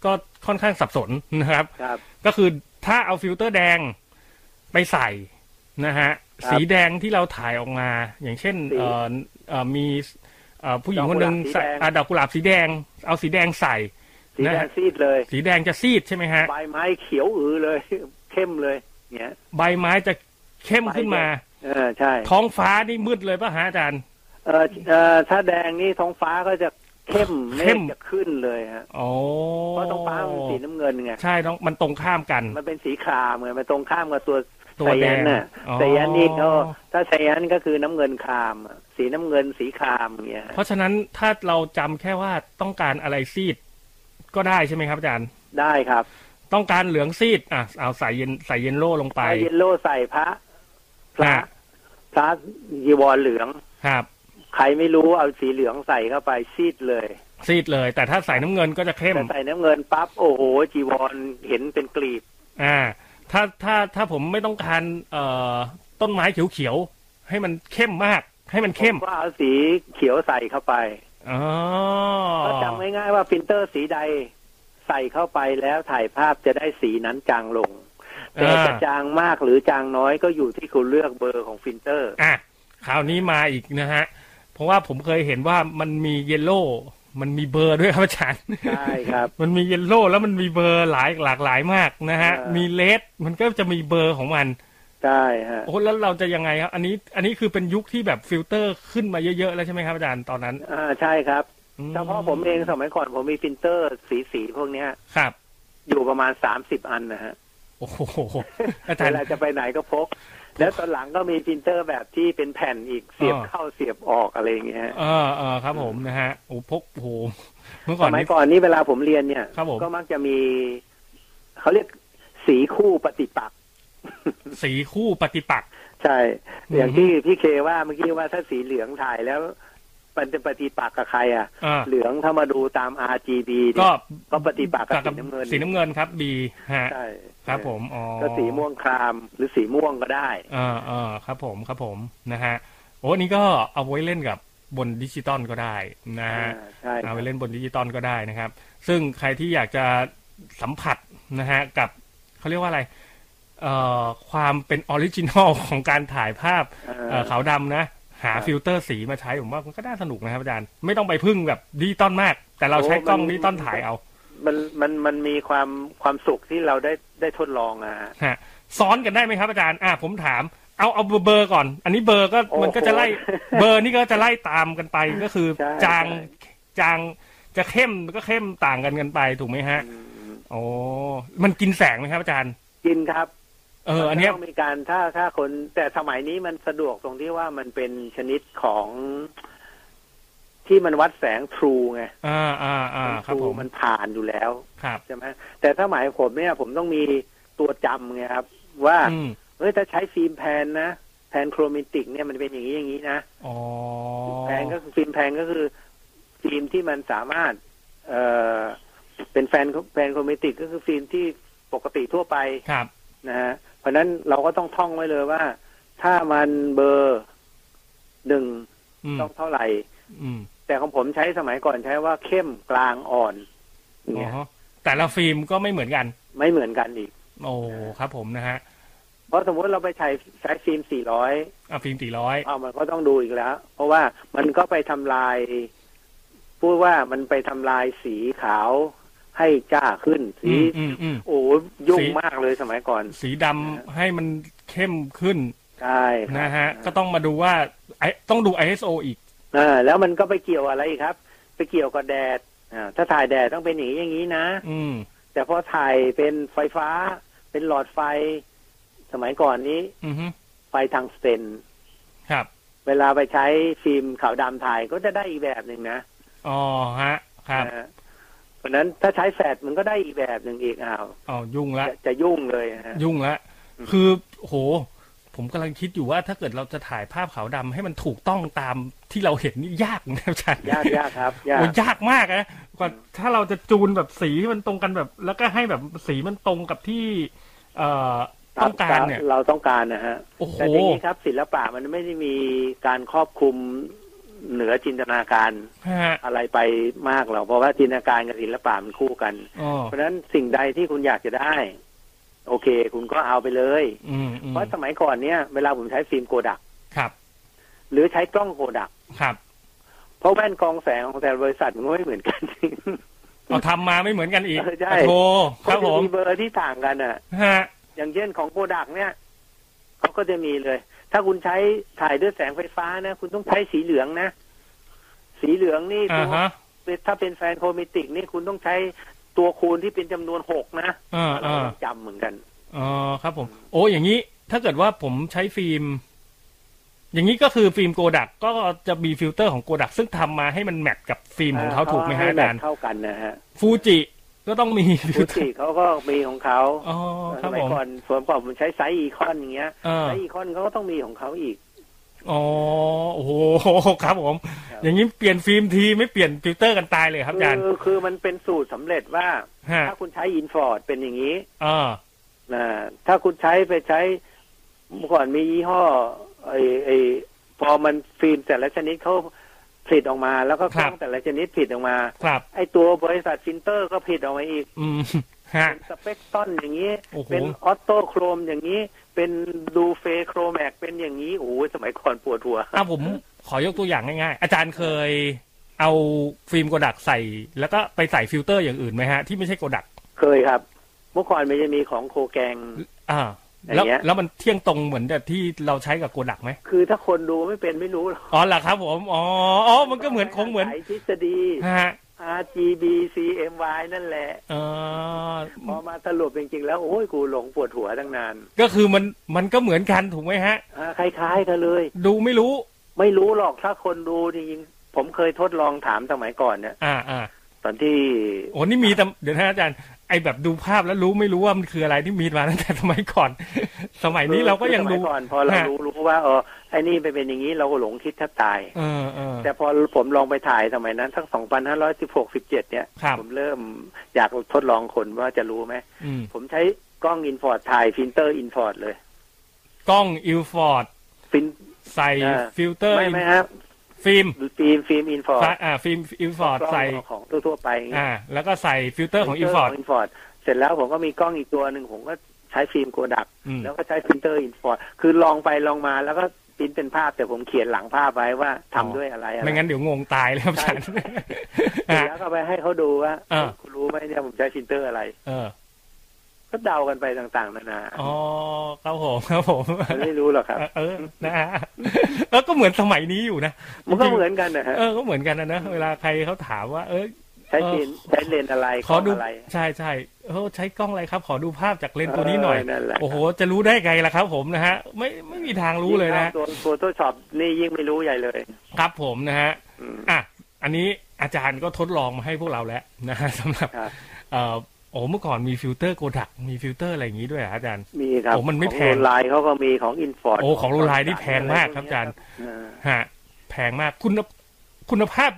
Speaker 3: ก็ค่อนข้างสับสนนะครับ
Speaker 4: ครับ
Speaker 3: ก็คือถ้าเอาฟิลเตอร์แดงไปใส่นะฮะ
Speaker 4: ครับ
Speaker 3: สีแดงที่เราถ่ายออกมา อย่างเช่น
Speaker 4: สี
Speaker 3: เอ่อเอ่อมีเอ่อผู้หญิงคนหนึ่ง
Speaker 4: ดอกกุหลาบสีแดง
Speaker 3: ใส่อ่ะดอกกุหลาบสีแดง เอาสีแดงใส่
Speaker 4: สีแด
Speaker 3: นะ
Speaker 4: ง
Speaker 3: ฮะ
Speaker 4: ซีดเลย
Speaker 3: สีแดงจะซีดใช่ไหมฮะ
Speaker 4: ใบไม้เขียวอือเลย เข้มเลยเนี่ย
Speaker 3: ใบไม้จะเข้มขึ้นมา
Speaker 4: เออใช่
Speaker 3: ท้องฟ้านี่มืดเลยป่ะฮะอาจารย์
Speaker 4: เออเออถ้าแดงนี่ท้องฟ้าก็จะเข้มเม
Speaker 3: เข้
Speaker 4: ฆ
Speaker 3: ม
Speaker 4: จะขึ้นเลยฮะ
Speaker 3: อ๋อ
Speaker 4: เพราะท้องฟ้ามันสีน้ำเงินไง
Speaker 3: ใช่ต้องมันตรงข้ามกัน
Speaker 4: มันเป็นสีครามไงมันตรงข้ามกับตัว
Speaker 3: ตัวแด
Speaker 4: ไซ
Speaker 3: ง
Speaker 4: ยันน่ะ
Speaker 3: อ๋อ
Speaker 4: ไซยันนี่เขาถ้าไซยันก็คือน้ำเงินครามอะสีน้ำเงินสีครามอย่างเงี้ยฮะ
Speaker 3: เพราะฉะนั้นถ้าเราจำแค่ว่าต้องการอะไรซีด ก็ได้ใช่ไหมครับอาจารย์
Speaker 4: ได้ครับ
Speaker 3: ต้องการเหลืองซีดอ่ะเอาใส่เย็นใส่เยนโล่ลงไป
Speaker 4: พระเยลโล่ใส่พระ พระ
Speaker 3: ฮะ
Speaker 4: พระยีวรเหลือง
Speaker 3: ครับ
Speaker 4: ใครไม่รู้เอาสีเหลืองใส่เข้าไปซีดเลย
Speaker 3: ซีดเลย แต่ถ้าใส่น้ำเงินก็จะเข้ม
Speaker 4: แต่ใส่น้ำเงินปั๊บโอ้โห จีวรเห็นเป็นกลีบ
Speaker 3: อ่า ถ้าถ้าถ้าผมไม่ต้องการเอ่อต้นไม้เขียวๆให้มันเข้มมาก ให้มันเข้ม
Speaker 4: ก็เอาสีเขียวใส่เข้าไป
Speaker 3: อ๋อ
Speaker 4: ก็จำง่ายๆว่าฟิลเตอร์สีใดใส่เข้าไปแล้วถ่ายภาพจะได้สีนั้นจางลง แต่
Speaker 3: อ่า
Speaker 4: จะจางมากหรือจางน้อยก็อยู่ที่คุณเลือกเบอร์ของฟิลเตอร์
Speaker 3: อ่ะคราวนี้มาอีกนะฮะ เพราะว่าผมเคยเห็นว่ามันมีเยลโล่มันมีเบอร์ด้วยครับอาจารย์
Speaker 4: ใช่ครับ
Speaker 3: มันมีเยลโล่แล้วมันมีเบอร์หลายหลากหลายมากนะฮะ
Speaker 4: เออ
Speaker 3: มีเลดมันก็จะมีเบอร์ของมัน
Speaker 4: ใช่ฮะ
Speaker 3: โอ้โหแล้วเราจะยังไงครับ อันนี้อันนี้คือเป็นยุคที่แบบฟิลเตอร์ขึ้นมาเยอะๆแล้วใช่ไหมครับอาจารย์ตอนนั้น
Speaker 4: อ่าใช่ครับ
Speaker 3: อื
Speaker 4: เฉพาะผมเองสมัยก่อนผมมีฟิลเตอร์สีสีๆพวกเนี้ย
Speaker 3: ครับ
Speaker 4: อยู่ประมาณสามสิบอันนะฮะ
Speaker 3: โอ้โหอาจาร
Speaker 4: เว
Speaker 3: ย์
Speaker 4: ลาจะไปไหนก็พก แล้วตอนหลังก็มีพิมพ์เตอร์แบบที่เป็นแผ่นอีกเสียบ
Speaker 3: อ่า
Speaker 4: เข้าเสียบออกอะไรอย่างเงี้ยฮะ
Speaker 3: เออเออครับผมนะฮะโอ้พกโอ้โหเมื่อ
Speaker 4: ส
Speaker 3: ก่อน
Speaker 4: มัย
Speaker 3: นี้
Speaker 4: ก่อนนี่เวลาผมเรียนเนี่ย
Speaker 3: ครับผม
Speaker 4: ก็มักจะมี เขาเรียกสีคู่ปฏิปักษ์
Speaker 3: สีคู่ปฏิปักษ์
Speaker 4: ใช่
Speaker 3: อืม
Speaker 4: อย่างที่พี่เคว่าเมื่อกี้ว่าถ้าสีเหลืองถ่ายแล้วมันจะปฏิปักษ์กับใครอ่ะ
Speaker 3: อ่า
Speaker 4: เหลืองถ้ามาดูตาม RGB
Speaker 3: ก็
Speaker 4: เนี่ยก็ปฏิปักษ์กับสีน้ำเงิน
Speaker 3: สีน้ำเงินครับบีฮะ
Speaker 4: ใช่
Speaker 3: ครับผมอ๋อ
Speaker 4: ก็สีม่วงครามหรือสีม่วงก็ได้
Speaker 3: อ่าอ่าครับผมครับผมนะฮะโอ้อันนี้ก็เอาไว้เล่นกับบนดิจิตอลก็ได้นะฮะ
Speaker 4: อ่าใช่ค
Speaker 3: เอา
Speaker 4: รับ
Speaker 3: ไว้เล่นบนดิจิตอลก็ได้นะครับ ซึ่งใครที่อยากจะสัมผัสนะฮะกับเขาเรียกว่าอะไรเอ่อความเป็นออริจินอล ของการถ่ายภาพเอ่อขาวดำนะ หา
Speaker 4: ครับ
Speaker 3: ฟิลเตอร์สีมาใช้ผมว่ามันก็น่าสนุกนะครับอาจารย์ ไม่ต้องไปพึ่งแบบดิจิตอลมาก แต่เราใช้กล้องดิจิตอลถ่ายเอา
Speaker 4: มันมันมันมีความความสุขที่เราได้ได้ทดลองอะฮะ
Speaker 3: ฮะซ้อนกันได้ไหมครับอาจารย์อ่ะผมถาม เอาเอาเบอร์ก่อน อันนี้เบอร์ก็
Speaker 4: โอ้โห
Speaker 3: มันก็ จะไล่เบอร์นี่ก็จะไล่ตามกันไปก็คือ
Speaker 4: ใช่
Speaker 3: จาง
Speaker 4: ใช่
Speaker 3: จางจะเข้มก็เข้มต่างกันกันไปถูกไหมฮะ
Speaker 4: อืม
Speaker 3: โอ้มันกินแสงไหมครับอาจารย์
Speaker 4: กินครับ
Speaker 3: เออ
Speaker 4: มั
Speaker 3: อั
Speaker 4: น น
Speaker 3: เนี้ย
Speaker 4: ต้องมีการถ้าถ้าคนแต่สมัยนี้มันสะดวกตรงที่ว่ามันเป็นชนิดของที่มันวัดแสงทรูไง
Speaker 3: อ่าอ่าอ่า
Speaker 4: มัน
Speaker 3: ค
Speaker 4: ท
Speaker 3: รับ
Speaker 4: รู
Speaker 3: ผม
Speaker 4: มันผ่านอยู่แล้ว
Speaker 3: ครับ
Speaker 4: ใช่ไหมแต่ถ้าหมายผมเนี่ยผมต้องมีตัวจำไงครับ ว่า
Speaker 3: อืม
Speaker 4: เฮ้ยถ้าใช้ฟิล์มแพนนะแพนโครมิติกเนี่ยมันเป็นอย่างนี้อย่างนี้นะ
Speaker 3: อ๋อ
Speaker 4: แพนก็คือฟิล์มแพนก็คือฟิล์มที่มันสามารถ เอ่อเป็นแฟนแฟนโครมิติกก็คือฟิล์มที่ปกติทั่วไป
Speaker 3: ครับ
Speaker 4: นะฮะเพราะฉะนั้นเราก็ต้องท่องไว้เลยว่า ถ้ามันเบอร์หนึ่ง
Speaker 3: อืม
Speaker 4: ต้องเท่าไหร่
Speaker 3: อืม
Speaker 4: แต่ของผมใช้สมัยก่อนใช้ว่าเข้มกลางอ่อนอย่าง
Speaker 3: อ๋
Speaker 4: เงี้ย
Speaker 3: อแต่ละฟิล์มก็ไม่เหมือนกัน
Speaker 4: ไม่เหมือนกันอีก
Speaker 3: โอ้ครับผมนะฮะ
Speaker 4: เพราะสมมติเราไปใช้ใช้ฟิล์ม 400
Speaker 3: อ่ะฟิล์มตีร้อย
Speaker 4: เอามันก็ต้องดูอีกแล้ว เพราะว่ามันก็ไปทำลาย พูดว่ามันไปทำลายสีขาวให้จ้าขึ้น สี
Speaker 3: อืมอืมอืม
Speaker 4: โอ้ยยุ่ง
Speaker 3: สี
Speaker 4: มากเลยสมัยก่อน
Speaker 3: สีดำให้มันเข้มขึ้น
Speaker 4: ใช่ครับ
Speaker 3: นะฮะ ก็ต้องมาดูว่าไอต้องดู ISO อีก
Speaker 4: อ่าแล้วมันก็ไปเกี่ยวอะไรอีกครับ ไปเกี่ยวกับแดดอ่าถ้าถ่ายแดดต้องเป็นอย่างนี้อย่างนี้นะ
Speaker 3: อืม
Speaker 4: แต่พอถ่ายเป็นไฟฟ้า เป็นหลอดไฟ สมัยก่อนนี้
Speaker 3: อืม
Speaker 4: ไฟทางสเตน
Speaker 3: ครับ
Speaker 4: เวลาไปใช้ฟิล์มขาวดำถ่ายก็จะได้อีกแบบหนึ่งนะ
Speaker 3: อ๋อฮะ ครับ
Speaker 4: นะฮะเพราะฉะนั้นถ้าใช้แฟลชมันก็ได้อีกแบบหนึ่งอีกอ้าว
Speaker 3: อ๋อยุ่งละ
Speaker 4: จะจะยุ่งเลยนะฮะ
Speaker 3: ยุ่งละ คือโห ผมกำลังคิดอยู่ว่าถ้าเกิดเราจะถ่ายภาพขาวดำให้มันถูกต้องตามที่เราเห็นนี่ยากนะครับอาจารย์
Speaker 4: ยากยากครับ ยาก
Speaker 3: โอ้ยากมากนะกว่าถ้าเราจะจูนแบบสีให้มันตรงกันแบบ แล้วก็ให้แบบสีมันตรงกับที่ เอ่อต้องการเนี่ย
Speaker 4: เราต้องการนะฮะ
Speaker 3: โอ้โห
Speaker 4: แต่ทีนี้ครับ ศิลปะมันไม่ได้มีการครอบคลุมเหนือจินตนาการ
Speaker 3: ฮะ
Speaker 4: อะไรไปมากหรอกเพราะว่าจินตนาการกับศิลปะมันคู่กัน
Speaker 3: อ๋อ
Speaker 4: เพราะฉะนั้นสิ่งใดที่คุณอยากจะได้ โอเค คุณก็เอาไปเลย
Speaker 3: อืมอืม
Speaker 4: เพราะสมัยก่อนเนี่ยเวลาผมใช้ฟิล์มโกดัก
Speaker 3: ครับ
Speaker 4: หรือใช้กล้องโกดัก
Speaker 3: ครับ
Speaker 4: เพราะแว่นกรองแสงของแต่ละบริษัทมันก็ไม่เหมือนกัน
Speaker 3: เอาทำมาไม่เหมือนกันอีก
Speaker 4: เออใช่
Speaker 3: ปะโทครับ
Speaker 4: ก็
Speaker 3: ผ
Speaker 4: จะ
Speaker 3: ม
Speaker 4: มีเบอร์ที่ต่างกันอ่ะ
Speaker 3: ฮะ
Speaker 4: อย่างเช่นของโกดักเนี่ยเขาก็จะมีเลย ถ้าคุณใช้ถ่ายด้วยแสงไฟฟ้านะ คุณต้องใช้สีเหลืองนะ สีเหลืองนี่
Speaker 3: อ่าฮะ
Speaker 4: ถ้าเป็นแฟนโครเมติกนี่คุณต้องใช้ตัวคูณที่เป็นจำนวนหกนะ
Speaker 3: อ่า
Speaker 4: เรา
Speaker 3: อ่า
Speaker 4: ก็ต้องจำเหมือนกัน
Speaker 3: อ๋อครับผม โอ้อย่างนี้ ถ้าเกิดว่าผมใช้ฟิล์ม อย่างนี้ก็คือฟิล์มโกดักก็จะมีฟิลเตอร์ของโกดักซึ่งทำมาให้มันแมทกับฟิล์มของเขาถูกไหมฮะอาจารย์
Speaker 4: เขให้แบบเท่ากันนะฮะ
Speaker 3: ฟูจิก็ต้องมีฟิ
Speaker 4: ฟู
Speaker 3: ลเตอ
Speaker 4: จิ
Speaker 3: ร์
Speaker 4: เขาก็มีของเขา
Speaker 3: อ๋อค
Speaker 4: ส
Speaker 3: รับ
Speaker 4: มั
Speaker 3: ผ
Speaker 4: ย
Speaker 3: ม
Speaker 4: ก่อนสวนก่อนผมใช้ไซส์อีคอนอย่างเงี้ย
Speaker 3: อ่า
Speaker 4: ไซส์อีคอนเขาก็ต้องมีของเขาอีก
Speaker 3: อ๋อโอ้โหครับผม อย่างนี้เปลี่ยนฟิล์มทีไม่เปลี่ยนฟิลเตอร์กันตายเลยครับอาจารย์
Speaker 4: คือคือมันเป็นสูตรสำเร็จว่า
Speaker 3: ฮะ
Speaker 4: ถ้าคุณใช้อินฟอร์ดเป็นอย่างนี้
Speaker 3: อ่า
Speaker 4: นะถ้าคุณใช้ไปใช้เมื่อก่อนมียี่ห้อไอไอพอมันฟิล์มแต่ละชนิดเขาผลิตออกมา แล้วก็กล้องแต่ละชนิดผลิตออกมา
Speaker 3: ครับ
Speaker 4: ไอตัวบริษัทฟิลเตอร์ก็ผลิตออกมาอีก
Speaker 3: อืมฮะ
Speaker 4: เป็นสเปกตรอนอย่างนี้
Speaker 3: โอ้โห
Speaker 4: เป็นออโตโครมอย่างนี้ เป็นดูเฟโครแมกเป็นอย่างนี้ โอ้โหสมัยก่อนปวดหัว
Speaker 3: อ่ะผมขอยกตัวอย่างง่ายๆ อาจารย์เคยเอาฟิล์มโกดักใส่ แล้วก็ไปใส่ฟิลเตอร์อย่างอื่นไหมฮะ ที่ไม่ใช่โกดัก
Speaker 4: เคยครับ เมื่อก่อนมันจะมีของโคแกง
Speaker 3: อ่า
Speaker 4: อ
Speaker 3: แล้ว
Speaker 4: ย่างเงี้ย
Speaker 3: แล้วมันเที่ยงตรงเหมือนแบบที่เราใช้กับโกดักไหม
Speaker 4: คือถ้าคนดูไม่เป็นไม่รู้หรอก
Speaker 3: อ๋อเหรอครับผมอ๋ออ๋อมันก็เหมือนคงเหมือน
Speaker 4: สายทฤษฎี
Speaker 3: ฮะ
Speaker 4: R G B C M Y นั่นแหละ
Speaker 3: เออ
Speaker 4: พอมาสรุปจริงๆแล้ว โอ้ยกูหลงปวดหัวตั้งนาน
Speaker 3: ก็คือมันมันก็เหมือนกันถูกไหมฮะ
Speaker 4: อ่าคล้ายๆกันเลย
Speaker 3: ดูไม่รู้
Speaker 4: ไม่รู้หรอกถ้าคนดูจริงๆผมเคยทดลองถามสมัยก่อนเนี่ย
Speaker 3: อ่าอ่า
Speaker 4: ตอนที่
Speaker 3: โอ้นี่มีแต่เดี๋ยวนะอาจารย์ไอแบบดูภาพแล้วรู้ไม่รู้ว่ามันคืออะไรที่มีมาตั้งแต่สมัยก่อน สมัยนี้เราก็ยัง
Speaker 4: คือ
Speaker 3: รู้
Speaker 4: สมัก่อนพอเรารู้รู้ว่าเออไอ้นี่ไปเป็นอย่างนี้เราก็หลงคิดแทบตาย
Speaker 3: เออเออ
Speaker 4: แต่พอผมลองไปถ่ายสมัยนั้นสักสองพันห้าร้อยสิบหกสิบเจ็ดเนี่ย
Speaker 3: ครับ
Speaker 4: ผมเริ่มอยากทดลองคนว่าจะรู้ไหม
Speaker 3: อืม
Speaker 4: ผมใช้กล้องอินฟอร์ดถ่ายฟิลเตอร์อินฟอร์ดเลย
Speaker 3: กล้องอิลฟอร์ด
Speaker 4: ฟิล
Speaker 3: ใส่
Speaker 4: อ่า
Speaker 3: ฟิลเตอร์
Speaker 4: ไม่ไหมครับ
Speaker 3: ฟิล์ม
Speaker 4: ฟิล์มฟิล์มอินฟอร์ด
Speaker 3: อ่าฟิล์มอิลฟอร์ดใส่
Speaker 4: ของทั่วๆไปอย่างเงี้ย
Speaker 3: อ่า แล้วก็ใส่ฟิลเตอร์ของอิลฟอร์ด
Speaker 4: ฟิลเต Inford เสร็จแล้วผมก็มีกล้องอีกตัวหนึ่งผมก็ใช้ฟิล์มโกดัก
Speaker 3: อืม
Speaker 4: แล้วก็ใช้ฟิลเตอร์อินฟอร์ดคือลองไปลองมาแล้วก็ปริ้นเป็นภาพแต่ผมเขียนหลังภาพไว้ว่าทำด้วยอะไรอะไร
Speaker 3: ไม่งั้นเดี๋ยวงงตายเลยครับอาจารย์
Speaker 4: เสร็จ
Speaker 3: อ่ะ
Speaker 4: แล้วก็ไปให้เขาดูว่า
Speaker 3: อ่า
Speaker 4: เอ้ยคุณรู้ไหมเนี่ยผมใช้ฟิลเตอร์อะไร
Speaker 3: เออ
Speaker 4: ก็เดากันไปต่างๆนานา
Speaker 3: อ๋อครับผมครับผม
Speaker 4: มันไม่รู้หรอกครับ
Speaker 3: เออเออนะฮะเออก็เหมือนสมัยนี้อยู่นะ
Speaker 4: มันก็เหมือนกันนะฮะ
Speaker 3: เออก็เหมือนกันนะเนอะเวลาใครเขาถามว่า เออ
Speaker 4: ช้เลนใช้เลนอะไร
Speaker 3: ขอดู
Speaker 4: กล้งอะไร
Speaker 3: ใช่ใช่เออใช้กล้องอะไรครับ ขอดูภาพจากเลนส์ตัวนี้หน่อย
Speaker 4: เออนั่นแหละ
Speaker 3: โอ้โห จะรู้ได้ไงล่ะครับ ผมนะฮะ ไม่ไม่มีทางรู้เลย
Speaker 4: ง
Speaker 3: นะฮะ
Speaker 4: ตัวตัวทดสอบนี่ยิ่งไม่รู้ใหญ่เลย
Speaker 3: ครับผมนะฮะ
Speaker 4: อืม
Speaker 3: อ่ะอันนี้อาจารย์ก็ทดลองมาให้พวกเราแล้วนะ ฮะสำหรับ
Speaker 4: ครับ
Speaker 3: เอ่อโอ้เมื่อก่อนมีฟิลเตอร์โกดักมีฟิลเตอร์อะไรอย่างนี้ด้วยเหรออาจารย์
Speaker 4: มีครับ
Speaker 3: โอ้มันไม่แพง
Speaker 4: ขอโรไลน์เขาก็มีของอินฟอร์ด
Speaker 3: โอ้ของโรไลน์นี่แพงมากครับอาจารย์ ฮะแพงมากคุณคุณภาพ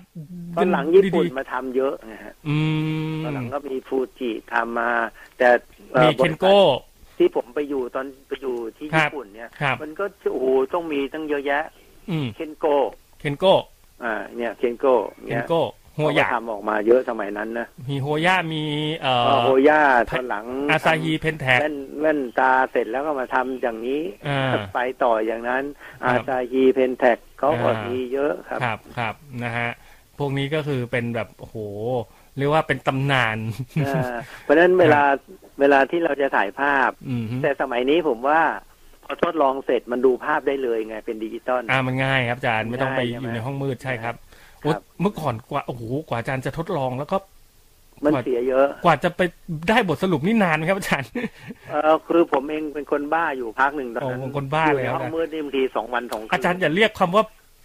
Speaker 4: ตอนหลังญี่ปุ่น
Speaker 3: ดี
Speaker 4: มาทำเยอะนะฮะ
Speaker 3: ๆอื
Speaker 4: ตอนหลัง
Speaker 3: ม
Speaker 4: ก็มีฟูจิทำมา แต่อ่อ
Speaker 3: มีเคนโก้
Speaker 4: บริษัทที่ผมไปอยู่ตอนไปอยู่ที่
Speaker 3: ครับ
Speaker 4: ญี่ปุ่นเนี่ย
Speaker 3: ครับ
Speaker 4: มันก็โอ้โหต้องมีตั้งเยอะแยะ
Speaker 3: อืม
Speaker 4: เคนโก้
Speaker 3: เคนโก้
Speaker 4: อ่าเนี่ยเคนโก้
Speaker 3: เคน
Speaker 4: เนี่ย
Speaker 3: โก้โฮ
Speaker 4: เขาก็
Speaker 3: ยะ
Speaker 4: ทำออกมาเยอะสมัยนั้นนะ
Speaker 3: มีโฮยะมีเอ่อ
Speaker 4: โฮย่าตอนหลัง
Speaker 3: อาซาฮีเพนแท็ก
Speaker 4: แว่นแว่นตาเสร็จแล้วก็มาทำอย่างนี้
Speaker 3: อ่า
Speaker 4: ไปต่ออย่างนั้น
Speaker 3: ครั
Speaker 4: อา
Speaker 3: บ
Speaker 4: ซาฮีเพนแท็กเขาก็
Speaker 3: อ่ามี
Speaker 4: มีเยอะครับ
Speaker 3: ครับครับนะฮะ พวกนี้ก็คือเป็นแบบโอ้โห เรียกว่าเป็นตำนาน
Speaker 4: เออเพราะฉะนั้นเวลาเวลาที่เราจะถ่ายภาพ
Speaker 3: อืมฮึ
Speaker 4: แต่สมัยนี้ผมว่า พอทดลองเสร็จมันดูภาพได้เลยไงเป็นดิจิตอล
Speaker 3: อ่ามันง่ายครับอาจารย์ไม่ต้องไป
Speaker 4: ง่ายใช่
Speaker 3: อ
Speaker 4: ไหม
Speaker 3: ยู่ในห้องมืดใช่ครับโอ้
Speaker 4: ครับ
Speaker 3: เมื่อก่อนกว่าโอ้โหกว่าอาจารย์จะทดลองแล้วก็
Speaker 4: มันเสียเยอะ
Speaker 3: กว่าจะไปได้บทสรุปนี่นานไหมครับอาจาร ย์
Speaker 4: เออคือผมเองเป็นคนบ้าอยู่พักหนึ่งตอนนั้น
Speaker 3: โอ้คนบ้าเลย
Speaker 4: อ
Speaker 3: ครับ
Speaker 4: ในห้องมืดนี่บางทีสองวันสองคืน
Speaker 3: อาจารย์อย่าเรียกคำว่า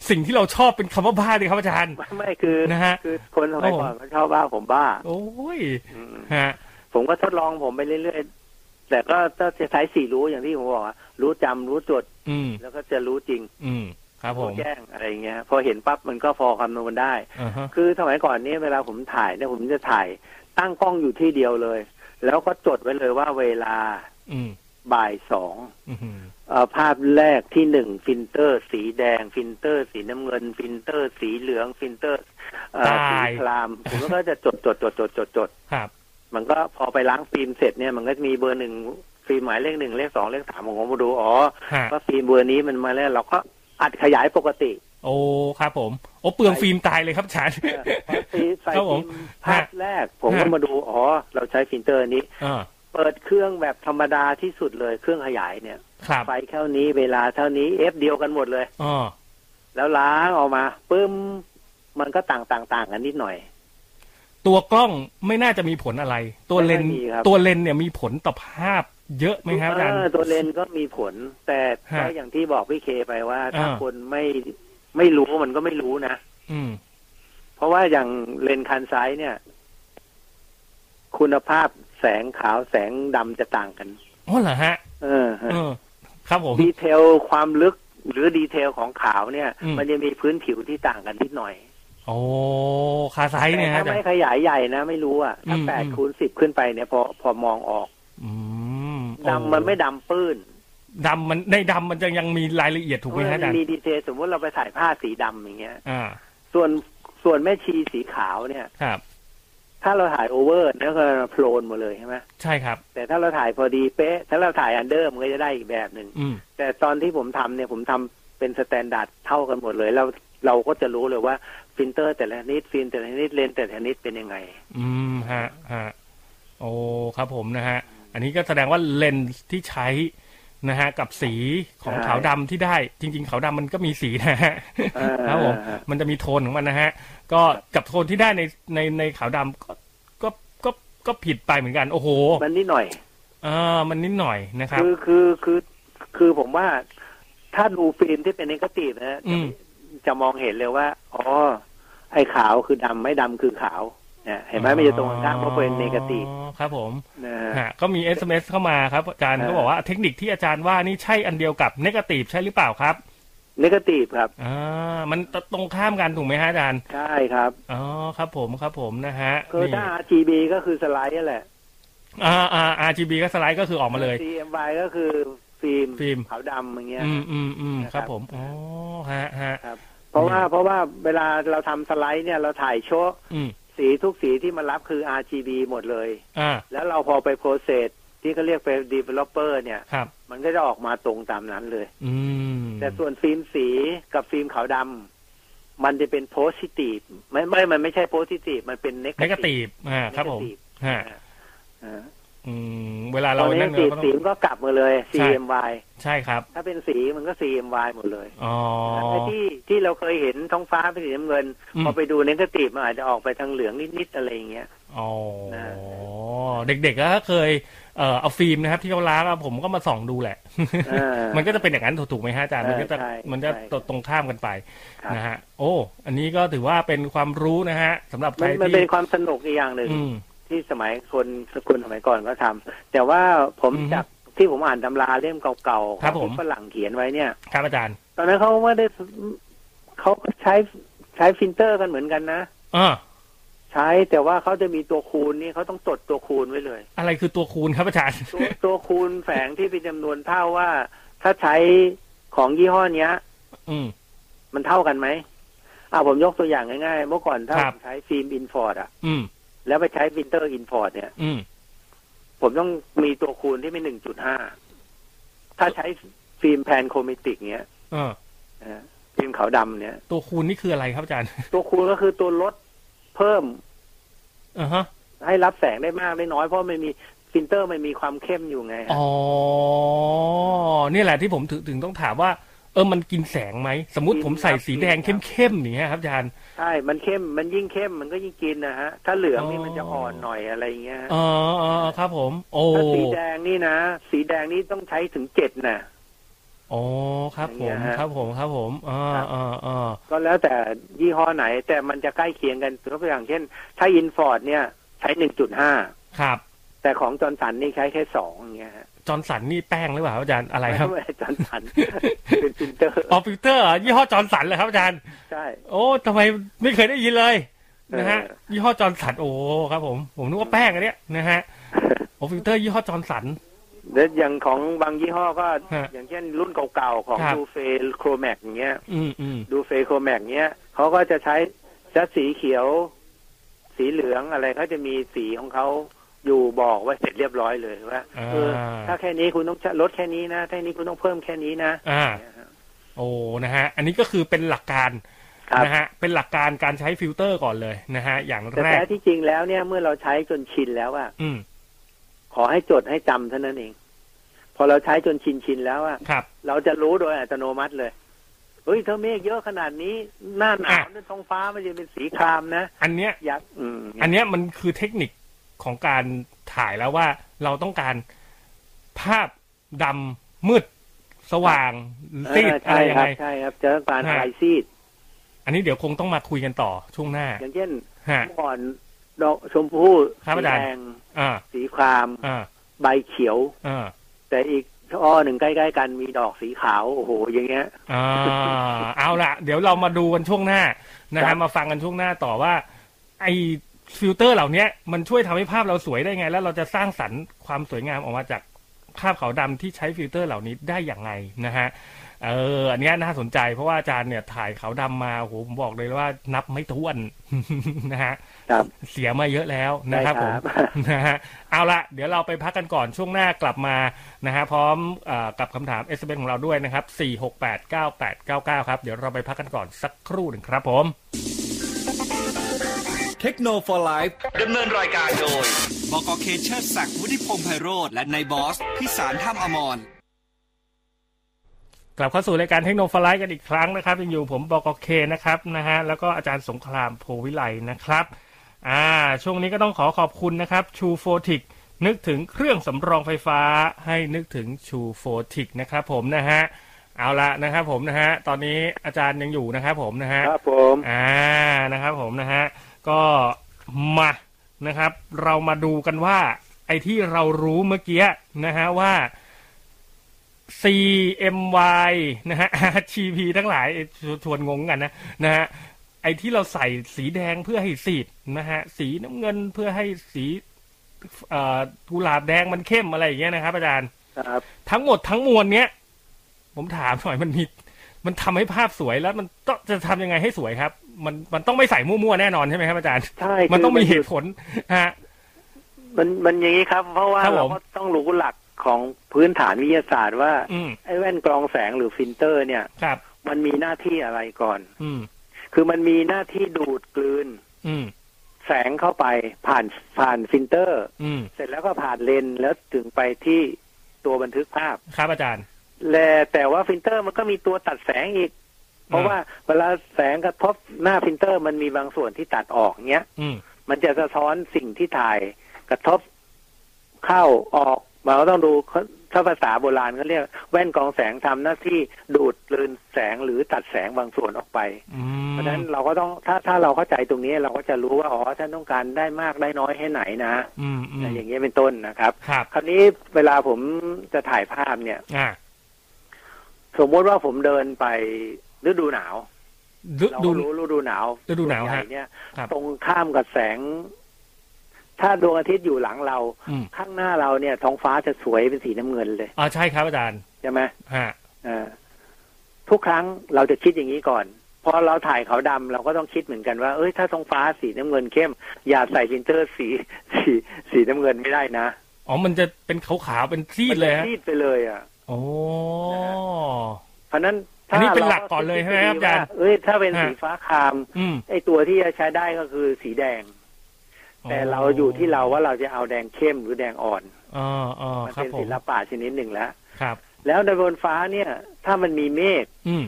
Speaker 3: สิ่งที่เราชอบเป็นคำว่าบ้าเลยครับอาจารย์
Speaker 4: ไม่ไม่คือ
Speaker 3: นะฮะ
Speaker 4: คือคนสมัย
Speaker 3: โอ้
Speaker 4: ก่อนเขาชอบว่าผมบ้า
Speaker 3: โอ้ย
Speaker 4: อืม
Speaker 3: ฮะ
Speaker 4: ผมก็ทดลองผมไปเรื่อยๆ แต่ก็ถ้าจะใช้สี่รู้อย่างที่ผมบอกอะรู้จำรู้จด
Speaker 3: อืม
Speaker 4: แล้วก็จะรู้จริง
Speaker 3: อืมครับผ
Speaker 4: รู้
Speaker 3: ม
Speaker 4: แจ้งอะไรอย่างเงี้ยพอเห็นปั๊บมันก็พอคำนวณได้
Speaker 3: อ่าฮะ
Speaker 4: คือสมัยก่อนเนี่ยเวลาผมถ่ายเนี่ยผมจะถ่ายตั้งกล้องอยู่ที่เดียวเลย แล้วก็จดไว้เลยว่าเวลา
Speaker 3: อืม
Speaker 4: บ่ายสอง
Speaker 3: อืมฮึ
Speaker 4: เอ่อภาพแรกที่หนึ่งฟิลเตอร์ สีแดง ฟิลเตอร์ สีน้ำเงิน ฟิลเตอร์ สีเหลือง ฟิลเตอร์เอ่อสีคราม ผมก็จะจดจดจดจดจดจด
Speaker 3: ครับ
Speaker 4: มันก็พอไปล้างฟิล์มเสร็จเนี่ยมันก็จะมีเบอร์หนึ่งฟิล์มหมายเลขหนึ่งเลขสองเลขสามของผมมาดูอ๋อ
Speaker 3: ฮะ
Speaker 4: ว่าฟิล์มเบอร์นี้มันมาแล้วเราก็อัดขยายปกติ
Speaker 3: โอ้ครับผม โอ้เปลืองฟิล์มตายเลยครับอาจารย์
Speaker 4: ตีใส่
Speaker 3: ครับผม
Speaker 4: พิมพ์ภาพแรก ผมก็
Speaker 3: ฮะ
Speaker 4: มาดู อ๋อ เราใช้ฟิลเตอร์นี้
Speaker 3: อ่า
Speaker 4: เปิดเครื่องแบบธรรมดาที่สุดเลย เครื่องขยายเนี่ย
Speaker 3: ครับ
Speaker 4: ไฟเท่านี้เวลาเท่านี้เอฟเดียวกันหมดเลย
Speaker 3: อ๋อ
Speaker 4: แล้วล้างออกมาปึ้ม มันก็ต่างต่างต่างกันนิดหน่อย
Speaker 3: ตัวกล้องไม่น่าจะมีผลอะไร ตัวเลนส์
Speaker 4: ไม่มีครับ
Speaker 3: ตัวเลนส์เนี่ยมีผลต่อภาพเยอะไหมครับอาจารย์
Speaker 4: เออตัวเลนส์ก็มีผล แต่
Speaker 3: ฮะ
Speaker 4: ก็อย่างที่บอกพี่เคไปว่าถ้า
Speaker 3: อ่า
Speaker 4: คนไม่ไม่รู้มันก็ไม่รู้นะ
Speaker 3: อืม
Speaker 4: เพราะว่าอย่างเลนส์คันไซส์เนี่ย คุณภาพแสงขาวแสงดำจะต่างกัน
Speaker 3: อ๋อเหรอฮะ
Speaker 4: เออฮะ
Speaker 3: เออ ครับผม
Speaker 4: ดีเทลความลึกหรือดีเทลของขาวเนี่ย
Speaker 3: อืม
Speaker 4: มันจะมีพื้นผิวที่ต่างกันนิดหน่อย
Speaker 3: โอ้คาไซส์
Speaker 4: แต่
Speaker 3: เนี่ยฮะ
Speaker 4: ถ้า
Speaker 3: อาจาร
Speaker 4: ไม่
Speaker 3: ย์
Speaker 4: ขยายใหญ่นะไม่รู้อ่ะถ้า
Speaker 3: อืม
Speaker 4: แปด
Speaker 3: อืม
Speaker 4: คูณสิบขึ้นไปเนี่ยพอพอมองออก
Speaker 3: อืม
Speaker 4: ดำมันไม่ดำปื้น
Speaker 3: ดำมันในดำมันจะยังมีรายละเอียดถูกไหมฮะอาจารย์
Speaker 4: มีดีเทลสมมติเราไปถ่ายผ้าสีดำอย่างเงี้ย
Speaker 3: อ่า
Speaker 4: ส่วนส่วนแม่ชีสีขาวเนี่ย
Speaker 3: ครับ
Speaker 4: ถ้าเราถ่ายโอเวอร์เนี่ยก็โพลนหมดเลยใช่ไหม
Speaker 3: ใช่ครับ
Speaker 4: แต่ถ้าเราถ่ายพอดีเป๊ะ ถ้าเราถ่ายอันเดอร์มันก็จะได้อีกแบบหนึ่ง
Speaker 3: อืม
Speaker 4: แต่ตอนที่ผมทำเนี่ยผมทำเป็นสแตนดาร์ดเท่ากันหมดเลยแล้วเราก็จะรู้เลยว่าฟิลเตอร์แต่ละชนิดฟิล์มแต่ละชนิดเลนส์แต่ละชนิดเป็นยังไง
Speaker 3: อืมฮะฮะโอ้ครับผมนะฮะ อันนี้ก็แสดงว่าเลนส์ที่ใช้นะฮะ กับสีของ
Speaker 4: ใช่
Speaker 3: ขาวดำที่ได้ จริง ๆ ขาวดำมันก็มีสีนะฮะ
Speaker 4: อ่า
Speaker 3: ครับผม
Speaker 4: อ่า
Speaker 3: มันจะมีโทนของมันนะฮะ ก็กับโทนที่ได้ในในในขาวดำก็ก็ก็ก็ผิดไปเหมือนกัน โอ้โห
Speaker 4: มันนิดหน่อย
Speaker 3: เออมันนิดหน่อยนะครับ
Speaker 4: คือคือคือคือผมว่าถ้าดูฟิล์มที่เป็นเนกาตีฟนะฮะ
Speaker 3: อืม
Speaker 4: จะมองเห็นเลยว่าอ๋อไอ้ขาวคือดำไม่ดำคือขาวเนี่ยเห็นไหมมันจะตรงกันข้ามเพราะเป็นเนกาตีฟ
Speaker 3: อ๋อครับผม
Speaker 4: นะ
Speaker 3: ฮะ
Speaker 4: ฮะ
Speaker 3: ก็มี SMS เข้ามาครับ อาจารย์
Speaker 4: อ่า
Speaker 3: ก็บอกว่าเทคนิคที่อาจารย์ว่านี่ใช่อันเดียวกับเนกาทีฟใช่หรือเปล่าครับ
Speaker 4: เนกาตีฟครับ
Speaker 3: อ่ามันตรงข้ามกันถูกไหมฮะอาจารย์
Speaker 4: ใช่ครับ
Speaker 3: อ๋อครับผมครับผมนะฮะ
Speaker 4: คือ
Speaker 3: นี่
Speaker 4: ถ้า RGB ก็คือสไลด์นั่นแหละ
Speaker 3: อ่าอ่า RGB ก็สไลด์ก็คือออกมาเลย
Speaker 4: CMY ก็คือฟิล์ม
Speaker 3: ฟิล์ม
Speaker 4: ขาวดำอย่างเงี้ย
Speaker 3: อืมอืมอืม
Speaker 4: นะ
Speaker 3: ค
Speaker 4: ครั
Speaker 3: รับ บผมอ๋อฮะฮะ
Speaker 4: ครับ เพราะว่า
Speaker 3: อืม
Speaker 4: เพราะว่าเวลาเราทำสไลด์เนี่ยเราถ่ายโชว์
Speaker 3: อืม
Speaker 4: สีทุกสีที่มันรับคือ RGB หมดเลย
Speaker 3: อ่า
Speaker 4: แล้วเราพอไปโปรเซสที่เขาเรียกเป็น developer เนี่ย
Speaker 3: ครับ
Speaker 4: มันก็จะออกมาตรงตามนั้นเลย
Speaker 3: อืม
Speaker 4: แต่ส่วนฟิล์มสีกับฟิล์มขาวดำมันจะเป็น positive ไม่ไม่ มันไม่ใช่ positive มันเป็น
Speaker 3: นกา
Speaker 4: negative
Speaker 3: ตีบอ่าครับผม
Speaker 4: Negative
Speaker 3: ฮะ
Speaker 4: อ่า
Speaker 3: อืมเวลา
Speaker 4: ต
Speaker 3: เรา
Speaker 4: อนนี้
Speaker 3: นั่น
Speaker 4: สี
Speaker 3: เราก็ต้อ
Speaker 4: สี
Speaker 3: ง
Speaker 4: มันก็กลับมาเลย
Speaker 3: ใช่
Speaker 4: CMY
Speaker 3: ใช่ครับ
Speaker 4: ถ้าเป็นสีมันก็ CMY หมดเลย
Speaker 3: อ๋อ
Speaker 4: ไอ้ที่ที่เราเคยเห็นท้องฟ้าเป็นสีน้ำเงิน
Speaker 3: อืม
Speaker 4: พอไปดูเนกาตีฟมันอาจจะออกไปทางเหลืองนิดๆอะไรอย่างเงี้ย
Speaker 3: อ๋อ
Speaker 4: นะ
Speaker 3: เด็กๆก็เคยเอ่อเอาฟิล์มนะครับ ที่เขาล้างอะผมก็มาส่องดูแหละ
Speaker 4: เออ
Speaker 3: มันก็จะเป็นอย่างนั้นถูกๆไหมฮะอาจารย์มันก็จะ
Speaker 4: ใช่
Speaker 3: มันจะ
Speaker 4: ใช่
Speaker 3: ตรงข้ามกันไป
Speaker 4: ครับ
Speaker 3: นะฮะ โอ้ อันนี้ก็ถือว่าเป็นความรู้นะฮะสำหรับใค
Speaker 4: มั
Speaker 3: ร
Speaker 4: นมัน
Speaker 3: ที่
Speaker 4: เป็นความสนุกอีกอย่างหนึ่ง
Speaker 3: อืม
Speaker 4: ที่สมัยคนสกุลสมัยก่อนก็ทำแต่ว่าผม
Speaker 3: อือฮึ
Speaker 4: จากที่ผมอ่านตำราเล่มเก่าๆ
Speaker 3: ครับ
Speaker 4: ของ
Speaker 3: ผม
Speaker 4: ฝรั่งเขียนไว้เนี่ย
Speaker 3: ครับอาจารย์
Speaker 4: ตอนนั้นเขาไม่ได้เขาก็ใช้ใช้ฟิลเตอร์กันเหมือนกันนะ
Speaker 3: อ่า
Speaker 4: ใช้แต่ว่าเขาจะมีตัวคูณนี่เขาต้องจดตัวคูณไว้เลย
Speaker 3: อะไรคือตัวคูณครับอาจารย์
Speaker 4: ตัวตัวคูณแฝงที่เป็นจำนวนเท่าว่า ถ้าใช้ของยี่ห้อเนี้ย
Speaker 3: อืม
Speaker 4: มันเท่ากันไหมอ่าผมยกตัวอย่างง่ายๆ เมื่อก่อนถ้า
Speaker 3: ครั
Speaker 4: ผ
Speaker 3: บ
Speaker 4: มใช้ฟิล์มอินฟอร์ดอะ
Speaker 3: อืม
Speaker 4: แล้วไปใช้ฟิลเตอร์อินฟอร์ดเนี่ย
Speaker 3: อืม
Speaker 4: ผมต้องมีตัวคูณที่ไม่หนึ่งจุดห้า ถ้าใช้ฟิล์มแพนโครเมติกเนี้ย
Speaker 3: เออ
Speaker 4: นะฮะฟิล์มขาวดำเนี้ย
Speaker 3: ตัวคูณนี่คืออะไรครับอาจารย์
Speaker 4: ตัวคูณก็คือตัวลดเพิ่ม
Speaker 3: อ่าฮะ
Speaker 4: ให้รับแสงได้มากได้น้อยเพราะมันมีฟิลเตอร์มันมีความเข้มอยู่ไงฮะ
Speaker 3: อ๋อ นี่แหละที่ผมถึงถึงต้องถามว่า เออ มันกินแสงไหม สมมติผมใส่สีแดงเข้มๆอย่างเงี้ยครับอาจารย์
Speaker 4: ใช่ มันเข้ม มันยิ่งเข้ม มันก็ยิ่งกินนะฮะ ถ้าเหลืองนี่
Speaker 3: อ๋อ
Speaker 4: มันจะอ่อนหน่อยอะไรเงี้ยฮะ
Speaker 3: อ๋ออ๋อครับผม โอ้
Speaker 4: ถ้าสีแดงนี่นะ สีแดงนี่ต้องใช้ถึงเจ็ดนะ
Speaker 3: โอ้ครับผม
Speaker 4: อย่างเงี้ยฮะ
Speaker 3: ครับผม ครับผมอ่า
Speaker 4: ครับ
Speaker 3: อ่าอ่า
Speaker 4: ก็แล้วแต่ยี่ห้อไหน แต่มันจะใกล้เคียงกันยกตัวอย่างเช่น ถ้าอินฟอร์ดเนี่ย ใช้หนึ่งจุดห้า
Speaker 3: ครับ
Speaker 4: แต่ของจอร์นสันนี่ใช้แค่สองอย่างเงี้ยฮะ
Speaker 3: จอร์นสันนี่แป้งหรือเปล่าครับอาจารย์ อะไร
Speaker 4: ไม่
Speaker 3: ครับ
Speaker 4: ใช่จอร์นสัน เป็นพินเตอร์
Speaker 3: ออฟิลเตอร์เหรอยี่ห้อจอร์นสันเหรอครับอาจารย์
Speaker 4: ใช่
Speaker 3: โอ้ทำไมไม่เคยได้ยินเลยนะฮะ
Speaker 4: เออ
Speaker 3: ยี่ห้อจอร์นสัน โอ้ครับผม ผมนึกว่าแป้งอันเนี้ยนะ ฮะ โอ้ฟิลเตอร์ยี่ห้อจอร์นสัน
Speaker 4: แล้วอย่างของบางยี่ห้อก็
Speaker 3: ฮะ
Speaker 4: อย่างเช่นรุ่นเก่าๆ ของ
Speaker 3: ครับ
Speaker 4: ดูเฟโครแมกอย่างเงี้ย
Speaker 3: อืมอืม
Speaker 4: ดูเฟโครแมกเงี้ยเขาก็จะใช้จะสีเขียว สีเหลืองอะไรเขาจะมีสีของเขาอยู่บอกไว่าเสร็จเรียบร้อยเลยว่า
Speaker 3: อ่
Speaker 4: เออา ถ้าแค่นี้คุณต้องลดแค่นี้นะถ้านี้คุณต้องเพิ่มแค่นี้นะ
Speaker 3: อ่า
Speaker 4: เนี่ยฮะ
Speaker 3: โอ้ นะฮะ อันนี้ก็คือเป็นหลักการ
Speaker 4: ครับ
Speaker 3: นะฮะ เป็นหลักการการใช้ฟิลเตอร์ก่อนเลยนะฮะ อย่าง
Speaker 4: แต่
Speaker 3: แรก
Speaker 4: แท้ที่จริงแล้วเนี่ยเมื่อเราใช้จนชินแล้วอะ
Speaker 3: อืม
Speaker 4: ขอให้จดให้จำเท่านั้นเอง พอเราใช้จนชินชินแล้วอะ
Speaker 3: ครับ
Speaker 4: เราจะรู้โดยอัตโนมัติเลยเฮ้ยถ้าเมฆเยอะขนาดนี้ หน้าหนาวเนี่ยท้องฟ้ามันจะเป็นสีครามนะ
Speaker 3: อันเนี้ย
Speaker 4: อยากอืม
Speaker 3: อันเนี้ยมันคือเทคนิคของการถ่ายแล้วว่าเราต้องการภาพดำมืด สว่างซีด
Speaker 4: เออใช่
Speaker 3: อะไรยัง
Speaker 4: ครับ
Speaker 3: ไง
Speaker 4: ใช่ครับจะต้องการ
Speaker 3: ฮะ
Speaker 4: อะไรซีด
Speaker 3: อันนี้เดี๋ยวคงต้องมาคุยกันต่อช่วงหน้า
Speaker 4: อย่างเช่น
Speaker 3: ฮะ
Speaker 4: เมื่อก่อนดอกชมพู่
Speaker 3: ครับ
Speaker 4: สี
Speaker 3: อาจารย์
Speaker 4: แดง
Speaker 3: อ่า
Speaker 4: สีคราม
Speaker 3: อ่า
Speaker 4: ใบเขียว
Speaker 3: อ่า
Speaker 4: แต่อีกอ้อหนึ่งใกล้ๆกันมีดอกสีขาวโอ้โหอย่างเงี้ย
Speaker 3: อ่าเอาละเดี๋ยวเรามาดูกันช่วงหน้านะ
Speaker 4: ครั
Speaker 3: ฮะ
Speaker 4: บ
Speaker 3: มาฟังกันช่วงหน้าต่อว่า ไอฟิลเตอร์เหล่าเนี้ย มันช่วยทำให้ภาพเราสวยได้ไง แล้วเราจะสร้างสรรค์ความสวยงามออกมาจากภาพขาวดำที่ใช้ฟิลเตอร์เหล่านี้ได้อย่างไรนะฮะเอออันเนี้ยน่าสนใจเพราะว่าอาจารย์เนี่ยถ่ายขาวดำมาโอ้โหผมบอกเลยว่านับไม่ถ้วน นะฮะ
Speaker 4: ครับ
Speaker 3: เสียมาเยอะแล้วนะครับ
Speaker 4: ได้
Speaker 3: ผ
Speaker 4: ค
Speaker 3: ม
Speaker 4: รับ
Speaker 3: นะฮะเอาละเดี๋ยวเราไปพักกันก่อนช่วงหน้ากลับมานะฮะพร้อมเออกับคำถาม s อ s ของเราด้วยนะครับ 4689899 ครับ เดี๋ยวเราไปพักกันก่อนสักครู่หนึ่งครับผม
Speaker 1: เทคโนโลยีไลฟ์
Speaker 2: ดำเนินรายการโดย
Speaker 1: บกเคเชอร์ศักดิ์วุฒิพงษ์ไพโรธและนายบอสพิสารท่ามอมร
Speaker 3: กลับเข้าสู่รายการเทคโนโลยีกันอีกครั้งนะครับยังอยู่ผมบกเคนะครับนะฮะแล้วก็อาจารย์สงครามโพวิไลนะครับอ่าช่วงนี้ก็ต้องขอขอบคุณนะครับชูโฟติกนึกถึงเครื่องสำรองไฟฟ้าให้นึกถึงชูโฟติกนะครับผมนะฮะเอาละนะครับผมนะฮะตอนนี้อาจารย์ยังอยู่นะครับผมนะฮะ
Speaker 4: ครับ ผม
Speaker 3: อ่านะครับผมนะฮะก็มานะครับ เรามาดูกันว่า ไอ้ที่เรารู้เมื่อกี้นะฮะว่า CMY นะฮะ RGB ทั้งหลายชชวนงงกันนะนะฮะไอ้ที่เราใส่สีแดงเพื่อให้สีดนะฮะสีน้ำเงินเพื่อให้สีเอ่อกุหลาบแดงมันเข้มอะไรอย่างเงี้ยนะครับอาจารย์
Speaker 4: ครับ
Speaker 3: ทั้งหมดทั้งมวลเนี้ยผมถามหน่อย มันมีมันทำให้ภาพสวยแล้วมันต้องจะทำยังไงให้สวยครับ มันมันต้องไม่ใส่มั่วๆแน่นอนใช่ไหมครับอาจารย์
Speaker 4: ใช่
Speaker 3: มันต้องมี
Speaker 4: คื
Speaker 3: เหตุผลฮะ
Speaker 4: มันมันอย่างนี้ครับ เพราะว่า
Speaker 3: ครับผ
Speaker 4: เรา
Speaker 3: ม
Speaker 4: ก็ต้องรู้หลักของพื้นฐานวิทยาศาสตร์ว่า
Speaker 3: อืม
Speaker 4: ไอ้แว่นกรองแสงหรือฟิลเตอร์เนี่ย
Speaker 3: ครับ
Speaker 4: มันมีหน้าที่อะไรก่อน
Speaker 3: อืม
Speaker 4: คือมันมีหน้าที่ดูดกลืน
Speaker 3: อืม
Speaker 4: แส แสงเข้าไปผ่านผ่านฟิลเตอร์
Speaker 3: อืม
Speaker 4: เสร็จแล้วก็ผ่านเลนส์แล้วถึงไปที่ตัวบันทึกภาพ
Speaker 3: ครับอาจารย์
Speaker 4: และแต่ว่าฟิลเตอร์มันก็มีตัวตัดแสงอีก เพราะว่าเวลาแสงกระทบหน้าฟิลเตอร์มันมีบางส่วนที่ตัดออกเนี้ย
Speaker 3: อืม
Speaker 4: มันจะสะท้อนสิ่งที่ถ่าย กระทบเข้าออกมันก็ต้องดูเขาถ้าภาษาโบราณเขาเรียก แว่นกรองแสงทำหน้าที่ดูดกลืนแสงหรือตัดแสงบางส่วนออกไป
Speaker 3: อืม
Speaker 4: เพราะฉะนั้นเราก็ต้องถ้าถ้าเราเข้าใจตรงนี้ เราก็จะรู้ว่าอ๋อฉันต้องการได้มากได้น้อยให้ไหนนะ
Speaker 3: อืมอืม
Speaker 4: อย่างเงี้ยเป็นต้นนะครับ
Speaker 3: ครับ
Speaker 4: คราวนี้เวลาผมจะถ่ายภาพเนี่ย
Speaker 3: อ่า
Speaker 4: สมมติว่าผมเดินไปฤดูหนาว
Speaker 3: ดู
Speaker 4: เรา
Speaker 3: ดู
Speaker 4: ก็รู้ฤดูหนาว
Speaker 3: ฤดูหนาว
Speaker 4: ส่ใญ่
Speaker 3: ฮะ
Speaker 4: เนี่ย
Speaker 3: ครับ
Speaker 4: ตรงข้ามกับแสง ถ้าดวงอาทิตย์อยู่หลังเรา
Speaker 3: อืม
Speaker 4: ข้างหน้าเราเนี่ย ท้องฟ้าจะสวยเป็นสีน้ำเงินเลย
Speaker 3: อ๋อใช่ครับอาจารย์
Speaker 4: ใช่ไหม
Speaker 3: ฮะ
Speaker 4: เอ่าทุกครั้งเราจะคิดอย่างนี้ก่อนพอเราถ่ายขาวดำเราก็ต้องคิดเหมือนกันว่าเอ้ยถ้าท้องฟ้าสีน้ำเงินเข้ม อย่าใส่ฟิลเตอร์ สีสีสีน้ำเงินไม่ได้นะ
Speaker 3: อ๋อมันจะเป็นขาวๆเป็นซีดเลย
Speaker 4: มัน
Speaker 3: ฮะ
Speaker 4: จะซีดไปเลยอ่ะ
Speaker 3: โอ้
Speaker 4: เพราะฉะนั้น
Speaker 3: อั
Speaker 4: ถ้าน
Speaker 3: นี้เป็น
Speaker 4: รา
Speaker 3: หลักก่อนเลยใช่ไหมครับอาจารย์
Speaker 4: ว่เอ้ยถ้าเป็นสี
Speaker 3: ฮะ
Speaker 4: ฟ้าคราม
Speaker 3: อืม
Speaker 4: ไอตัวที่จะใช้ได้ก็คือสีแดง แต่เราอยู่ที่เราว่าเราจะเอาแดงเข้มหรือแดงอ่อน
Speaker 3: อ๋ออ๋อ
Speaker 4: มัน
Speaker 3: ครับ
Speaker 4: เป็น
Speaker 3: ผ
Speaker 4: ศิ
Speaker 3: ม
Speaker 4: ลปะชนิดหนึ่งแล้ว
Speaker 3: ครับ
Speaker 4: แล้วในบนฟ้าเนี่ย ถ้ามันมีเมฆ
Speaker 3: อืม